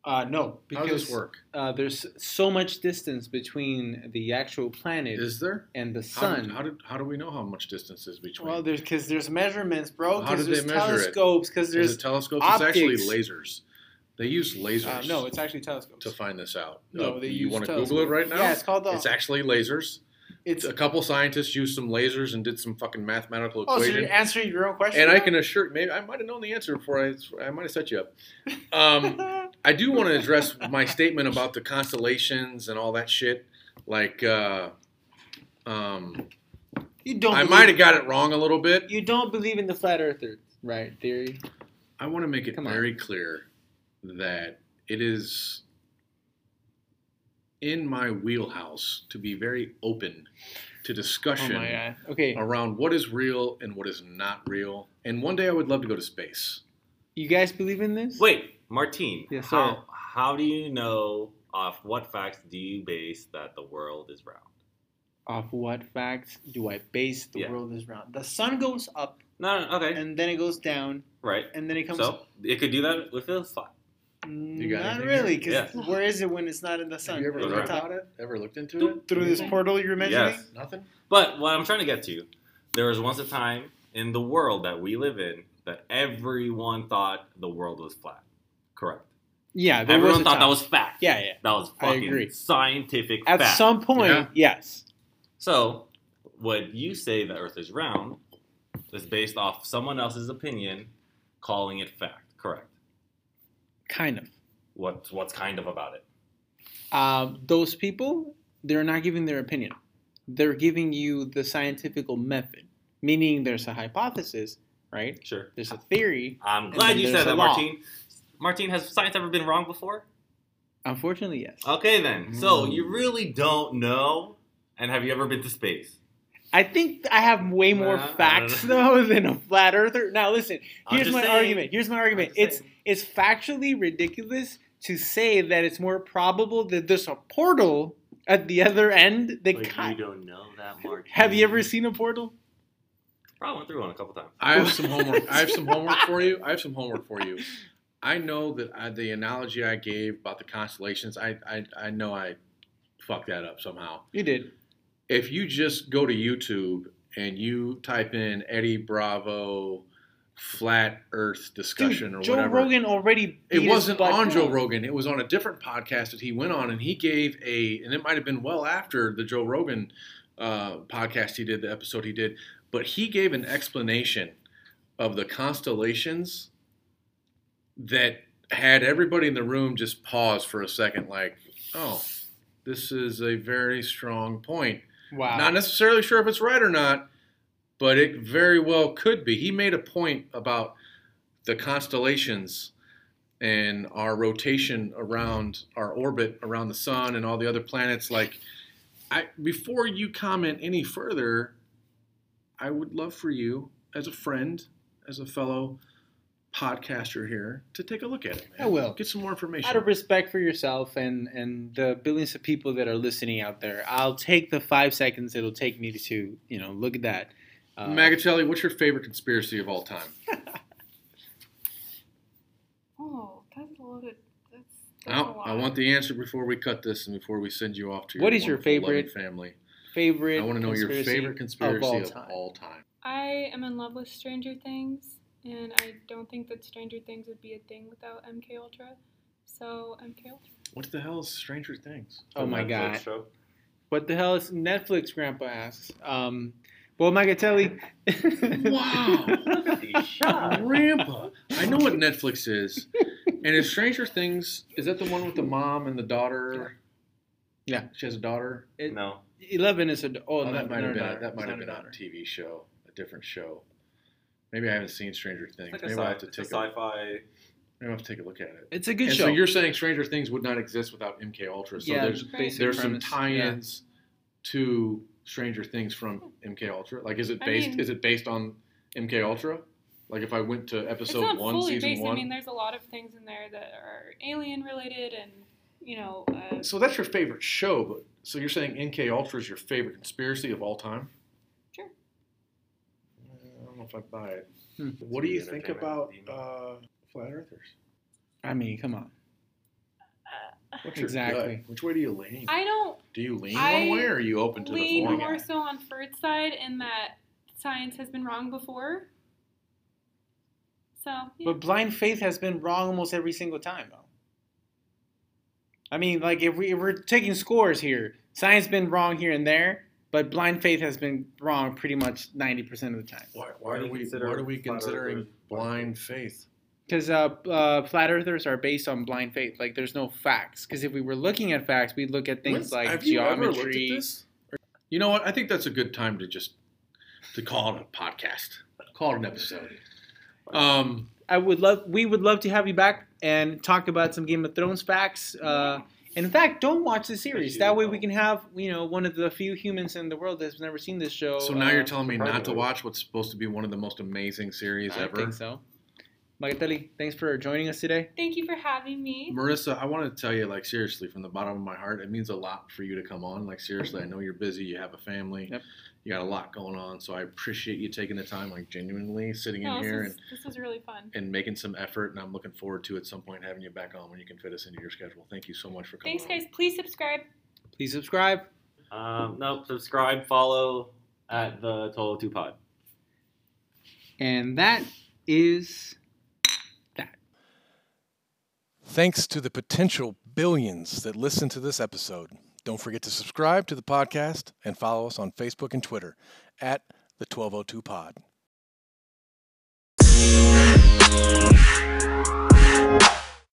[SPEAKER 5] Uh, no.
[SPEAKER 3] how
[SPEAKER 5] Because
[SPEAKER 3] does this work
[SPEAKER 5] Uh, there's so much distance between the actual planet
[SPEAKER 3] is there
[SPEAKER 5] and the
[SPEAKER 3] How did-
[SPEAKER 5] sun.
[SPEAKER 3] how, did, how do we know how much distance is between
[SPEAKER 5] well, there's because there's measurements, bro.
[SPEAKER 3] How
[SPEAKER 5] 'cause
[SPEAKER 3] did they
[SPEAKER 5] there's
[SPEAKER 3] measure it?
[SPEAKER 5] telescopes. Because
[SPEAKER 3] there's
[SPEAKER 5] there's
[SPEAKER 3] a telescope it's actually
[SPEAKER 5] optics.
[SPEAKER 3] lasers they use lasers
[SPEAKER 5] uh, no, it's actually telescopes.
[SPEAKER 3] to find this out
[SPEAKER 5] No,
[SPEAKER 3] Uh,
[SPEAKER 5] they
[SPEAKER 3] you
[SPEAKER 5] use
[SPEAKER 3] want to
[SPEAKER 5] telescope.
[SPEAKER 3] google it right now
[SPEAKER 5] Yeah, it's called the.
[SPEAKER 3] it's actually lasers
[SPEAKER 5] it's
[SPEAKER 3] a couple scientists used some lasers and did some fucking mathematical
[SPEAKER 5] oh, so
[SPEAKER 3] equation
[SPEAKER 5] you're answering your own question.
[SPEAKER 3] and I
[SPEAKER 5] now?
[SPEAKER 3] can assure maybe I might have known the answer before I I might have set you up. Um, I do want to address my statement about the constellations and all that shit. Like, uh, um,
[SPEAKER 5] you don't.
[SPEAKER 3] I
[SPEAKER 5] believe-
[SPEAKER 3] might have got it wrong a little bit.
[SPEAKER 5] You don't believe in the flat earther, right? Theory.
[SPEAKER 3] I want to make it
[SPEAKER 5] Come on.
[SPEAKER 3] very clear that it is in my wheelhouse to be very open to discussion
[SPEAKER 5] Oh god. Okay,
[SPEAKER 3] around what is real and what is not real. And one day I would love to go to space.
[SPEAKER 5] you guys believe in this?
[SPEAKER 4] Wait, Martine.
[SPEAKER 5] Yes, sir.
[SPEAKER 4] how, how do you know, off what facts do you base that the world is round?
[SPEAKER 5] Off what facts do I base the
[SPEAKER 4] Yeah.
[SPEAKER 5] world is round? The sun goes up
[SPEAKER 4] No, no, okay.
[SPEAKER 5] and then it goes down
[SPEAKER 4] right.
[SPEAKER 5] and then it comes.
[SPEAKER 4] So, it could do that with a slide.
[SPEAKER 3] You got
[SPEAKER 5] Not
[SPEAKER 3] anything
[SPEAKER 5] really, because
[SPEAKER 4] Yeah.
[SPEAKER 5] where is it when it's not in the sun?
[SPEAKER 3] Have you ever
[SPEAKER 5] It's
[SPEAKER 4] Right.
[SPEAKER 5] on
[SPEAKER 3] looked
[SPEAKER 5] top.
[SPEAKER 3] about it? Ever looked into
[SPEAKER 5] Through
[SPEAKER 3] it?
[SPEAKER 5] through this
[SPEAKER 3] Anything?
[SPEAKER 5] portal you're mentioning?
[SPEAKER 4] Yes.
[SPEAKER 3] Nothing.
[SPEAKER 4] But what I'm trying to get to, there was once a time in the world that we live in that everyone thought the world was flat. Correct.
[SPEAKER 5] Yeah, there
[SPEAKER 4] everyone
[SPEAKER 5] was a
[SPEAKER 4] thought
[SPEAKER 5] time.
[SPEAKER 4] that was fact.
[SPEAKER 5] Yeah, yeah.
[SPEAKER 4] That was
[SPEAKER 5] I
[SPEAKER 4] fucking
[SPEAKER 5] agree.
[SPEAKER 4] scientific
[SPEAKER 5] At
[SPEAKER 4] fact.
[SPEAKER 5] some point,
[SPEAKER 3] Yeah.
[SPEAKER 5] yes.
[SPEAKER 4] so, what you say that Earth is round is based off someone else's opinion calling it fact. Correct.
[SPEAKER 5] Kind of.
[SPEAKER 4] What, what's kind of about it?
[SPEAKER 5] Um, those people, they're not giving their opinion. They're giving you the scientifical method, meaning there's a hypothesis, right?
[SPEAKER 4] Sure.
[SPEAKER 5] There's a theory.
[SPEAKER 4] I'm
[SPEAKER 5] And
[SPEAKER 4] glad
[SPEAKER 5] then
[SPEAKER 4] you
[SPEAKER 5] there's
[SPEAKER 4] said
[SPEAKER 5] a
[SPEAKER 4] that,
[SPEAKER 5] law.
[SPEAKER 4] Martine. Martine, has science ever been wrong before?
[SPEAKER 5] Unfortunately, yes.
[SPEAKER 4] Okay, then. So, you really don't know? And have you ever been to space?
[SPEAKER 5] I think I have way more
[SPEAKER 4] Nah, I don't
[SPEAKER 5] facts
[SPEAKER 4] know.
[SPEAKER 5] though than a flat earther. Now listen,
[SPEAKER 4] I'm
[SPEAKER 5] here's
[SPEAKER 4] just
[SPEAKER 5] my
[SPEAKER 4] saying.
[SPEAKER 5] argument. Here's my argument.
[SPEAKER 4] just
[SPEAKER 5] It's
[SPEAKER 4] saying.
[SPEAKER 5] it's factually ridiculous to say that it's more probable that there's a portal at the other end. That kind,
[SPEAKER 4] don't know that, Hmm. Mark.
[SPEAKER 5] have you ever seen a portal?
[SPEAKER 4] Probably went through one a couple times.
[SPEAKER 3] I have some homework. I have some homework for you. I have some homework for you. I know that I, the analogy I gave about the constellations, I, I I know I fucked that up somehow.
[SPEAKER 5] You did.
[SPEAKER 3] If you just go to YouTube and you type in Eddie Bravo flat Earth discussion
[SPEAKER 5] Dude,
[SPEAKER 3] or
[SPEAKER 5] Joe
[SPEAKER 3] whatever,
[SPEAKER 5] Rogan already. beat
[SPEAKER 3] it
[SPEAKER 5] his
[SPEAKER 3] wasn't
[SPEAKER 5] butt
[SPEAKER 3] on Joe
[SPEAKER 5] down.
[SPEAKER 3] Rogan. It was on a different podcast that he went on, and he gave a, and it might have been well after the Joe Rogan uh, podcast he did, the episode he did, but he gave an explanation of the constellations that had everybody in the room just pause for a second, like, oh, this is a very strong point.
[SPEAKER 5] Wow.
[SPEAKER 3] Not necessarily sure if it's right or not, but it very well could be. He made a point about the constellations and our rotation around our orbit around the sun and all the other planets. Like, I before you comment any further, I would love for you as a friend, as a fellow podcaster here, to take a look at it. Man.
[SPEAKER 5] I will.
[SPEAKER 3] get some more information.
[SPEAKER 5] out of respect for yourself and and the billions of people that are listening out there, I'll take the five seconds it'll take me to you know look at that. Uh,
[SPEAKER 3] Magatelli, what's your favorite conspiracy of all time?
[SPEAKER 2] Oh, that's loaded. That's, that's
[SPEAKER 3] I,
[SPEAKER 2] a
[SPEAKER 3] I
[SPEAKER 2] lot.
[SPEAKER 3] want the answer before we cut this and before we send you off to your
[SPEAKER 5] What is your
[SPEAKER 3] wonderful, loving
[SPEAKER 5] favorite
[SPEAKER 3] family.
[SPEAKER 5] favorite.
[SPEAKER 3] I want to know your
[SPEAKER 5] conspiracy
[SPEAKER 3] favorite conspiracy of all time.
[SPEAKER 2] I am in love with Stranger Things, and I don't think that Stranger Things would be a thing without MK Ultra. So MK Ultra.
[SPEAKER 3] What the hell is Stranger Things?
[SPEAKER 5] Oh my
[SPEAKER 4] Netflix
[SPEAKER 5] god!
[SPEAKER 4] show.
[SPEAKER 5] What the hell is Netflix? Grandpa asks. Um, Well, Magatelli.
[SPEAKER 3] Wow. Grandpa. I know what Netflix is. And if Stranger Things is that the one with the mom and the daughter?
[SPEAKER 5] Yeah.
[SPEAKER 3] She has a daughter.
[SPEAKER 5] It-
[SPEAKER 4] No.
[SPEAKER 5] Eleven is a. Oh,
[SPEAKER 3] Oh,
[SPEAKER 5] no,
[SPEAKER 3] that might
[SPEAKER 5] no,
[SPEAKER 3] have been
[SPEAKER 5] no,
[SPEAKER 3] a, that might
[SPEAKER 5] it's
[SPEAKER 3] have
[SPEAKER 5] not
[SPEAKER 3] been
[SPEAKER 5] a
[SPEAKER 3] on
[SPEAKER 5] daughter.
[SPEAKER 3] a TV show, a different show. Maybe I haven't seen Stranger Things.
[SPEAKER 4] It's like a,
[SPEAKER 3] maybe
[SPEAKER 4] sci-
[SPEAKER 3] I have to
[SPEAKER 4] it's a
[SPEAKER 3] take a,
[SPEAKER 4] sci-fi.
[SPEAKER 3] maybe I have to take a look at it.
[SPEAKER 5] It's a good
[SPEAKER 3] and
[SPEAKER 5] show.
[SPEAKER 3] so you're saying Stranger Things would not exist without MK Ultra. So
[SPEAKER 5] yeah,
[SPEAKER 3] there's
[SPEAKER 5] basic
[SPEAKER 3] there's some
[SPEAKER 5] premise. Yeah.
[SPEAKER 3] tie-ins to Stranger Things from MK Ultra. Like, is it
[SPEAKER 2] I
[SPEAKER 3] based?
[SPEAKER 2] mean-
[SPEAKER 3] is it based on MK Ultra? Like, if I went to
[SPEAKER 2] It's
[SPEAKER 3] episode
[SPEAKER 2] not
[SPEAKER 3] one,
[SPEAKER 2] fully
[SPEAKER 3] season
[SPEAKER 2] based.
[SPEAKER 3] one.
[SPEAKER 2] I mean, there's a lot of things in there that are alien related, and you know, uh,
[SPEAKER 3] so that's your favorite show, but so you're saying MK Ultra is your favorite conspiracy of all time? Uh,
[SPEAKER 2] Sure.
[SPEAKER 3] I don't know if I buy it.
[SPEAKER 5] Hmm.
[SPEAKER 3] What do you
[SPEAKER 4] It's
[SPEAKER 3] think
[SPEAKER 4] entertainment,
[SPEAKER 3] about
[SPEAKER 4] you
[SPEAKER 3] uh, flat earthers?
[SPEAKER 5] I mean, come on.
[SPEAKER 3] What's your
[SPEAKER 5] Exactly.
[SPEAKER 3] gut? Which way do you lean?
[SPEAKER 2] I don't
[SPEAKER 3] do you lean
[SPEAKER 2] I
[SPEAKER 3] one way, or are you open to the
[SPEAKER 2] lean
[SPEAKER 3] form?
[SPEAKER 2] more so on Ferd's side in that science has been wrong before. So yeah.
[SPEAKER 5] But blind faith has been wrong almost every single time, though. I mean, like if we if we're taking scores here, science been wrong here and there, but blind faith has been wrong pretty much ninety percent of the time.
[SPEAKER 3] Why,
[SPEAKER 4] Why
[SPEAKER 3] why,
[SPEAKER 4] do
[SPEAKER 3] are
[SPEAKER 4] you
[SPEAKER 3] we,
[SPEAKER 4] consider
[SPEAKER 3] why are we
[SPEAKER 4] flat
[SPEAKER 3] considering
[SPEAKER 4] earthers?
[SPEAKER 3] blind faith?
[SPEAKER 5] Because uh, uh, flat earthers are based on blind faith. Like there's no facts. Because if we were looking at facts, we'd look at things
[SPEAKER 3] When's-
[SPEAKER 5] like
[SPEAKER 3] have you ever
[SPEAKER 5] geometry.
[SPEAKER 3] looked at this? You know what? I think that's a good time to just to call it a podcast, call it an episode. Um,
[SPEAKER 5] I would love. We would love to have you back and talk about some Game of Thrones facts. Uh, in fact, don't watch the series. That
[SPEAKER 3] Oh.
[SPEAKER 5] way, we can have you know one of the few humans in the world that's never seen this show.
[SPEAKER 3] so now
[SPEAKER 5] uh,
[SPEAKER 3] you're telling me not to
[SPEAKER 4] surprisingly.
[SPEAKER 3] watch what's supposed to be one of the most amazing series
[SPEAKER 5] I
[SPEAKER 3] ever.
[SPEAKER 5] think so. Magatelli, thanks for joining us today.
[SPEAKER 2] Thank you for having me.
[SPEAKER 3] Marissa, I want to tell you, like, seriously, from the bottom of my heart, it means a lot for you to come on. Like, seriously, I know you're busy, you have a family,
[SPEAKER 5] Yep.
[SPEAKER 3] you got a lot going on. So I appreciate you taking the time, like, genuinely sitting in
[SPEAKER 2] No, this,
[SPEAKER 3] here
[SPEAKER 2] was,
[SPEAKER 3] and,
[SPEAKER 2] this was really fun.
[SPEAKER 3] and making some effort. And I'm looking forward to at some point having you back on when you can fit us into your schedule. Thank you so much for coming.
[SPEAKER 2] Thanks,
[SPEAKER 3] on.
[SPEAKER 2] guys. Please subscribe.
[SPEAKER 5] Please subscribe.
[SPEAKER 4] Um, no, subscribe, follow at the Total Two Pod.
[SPEAKER 5] And that is
[SPEAKER 7] Thanks to the potential billions that listen to this episode. Don't forget to subscribe to the podcast and follow us on Facebook and Twitter at the 1202 Pod.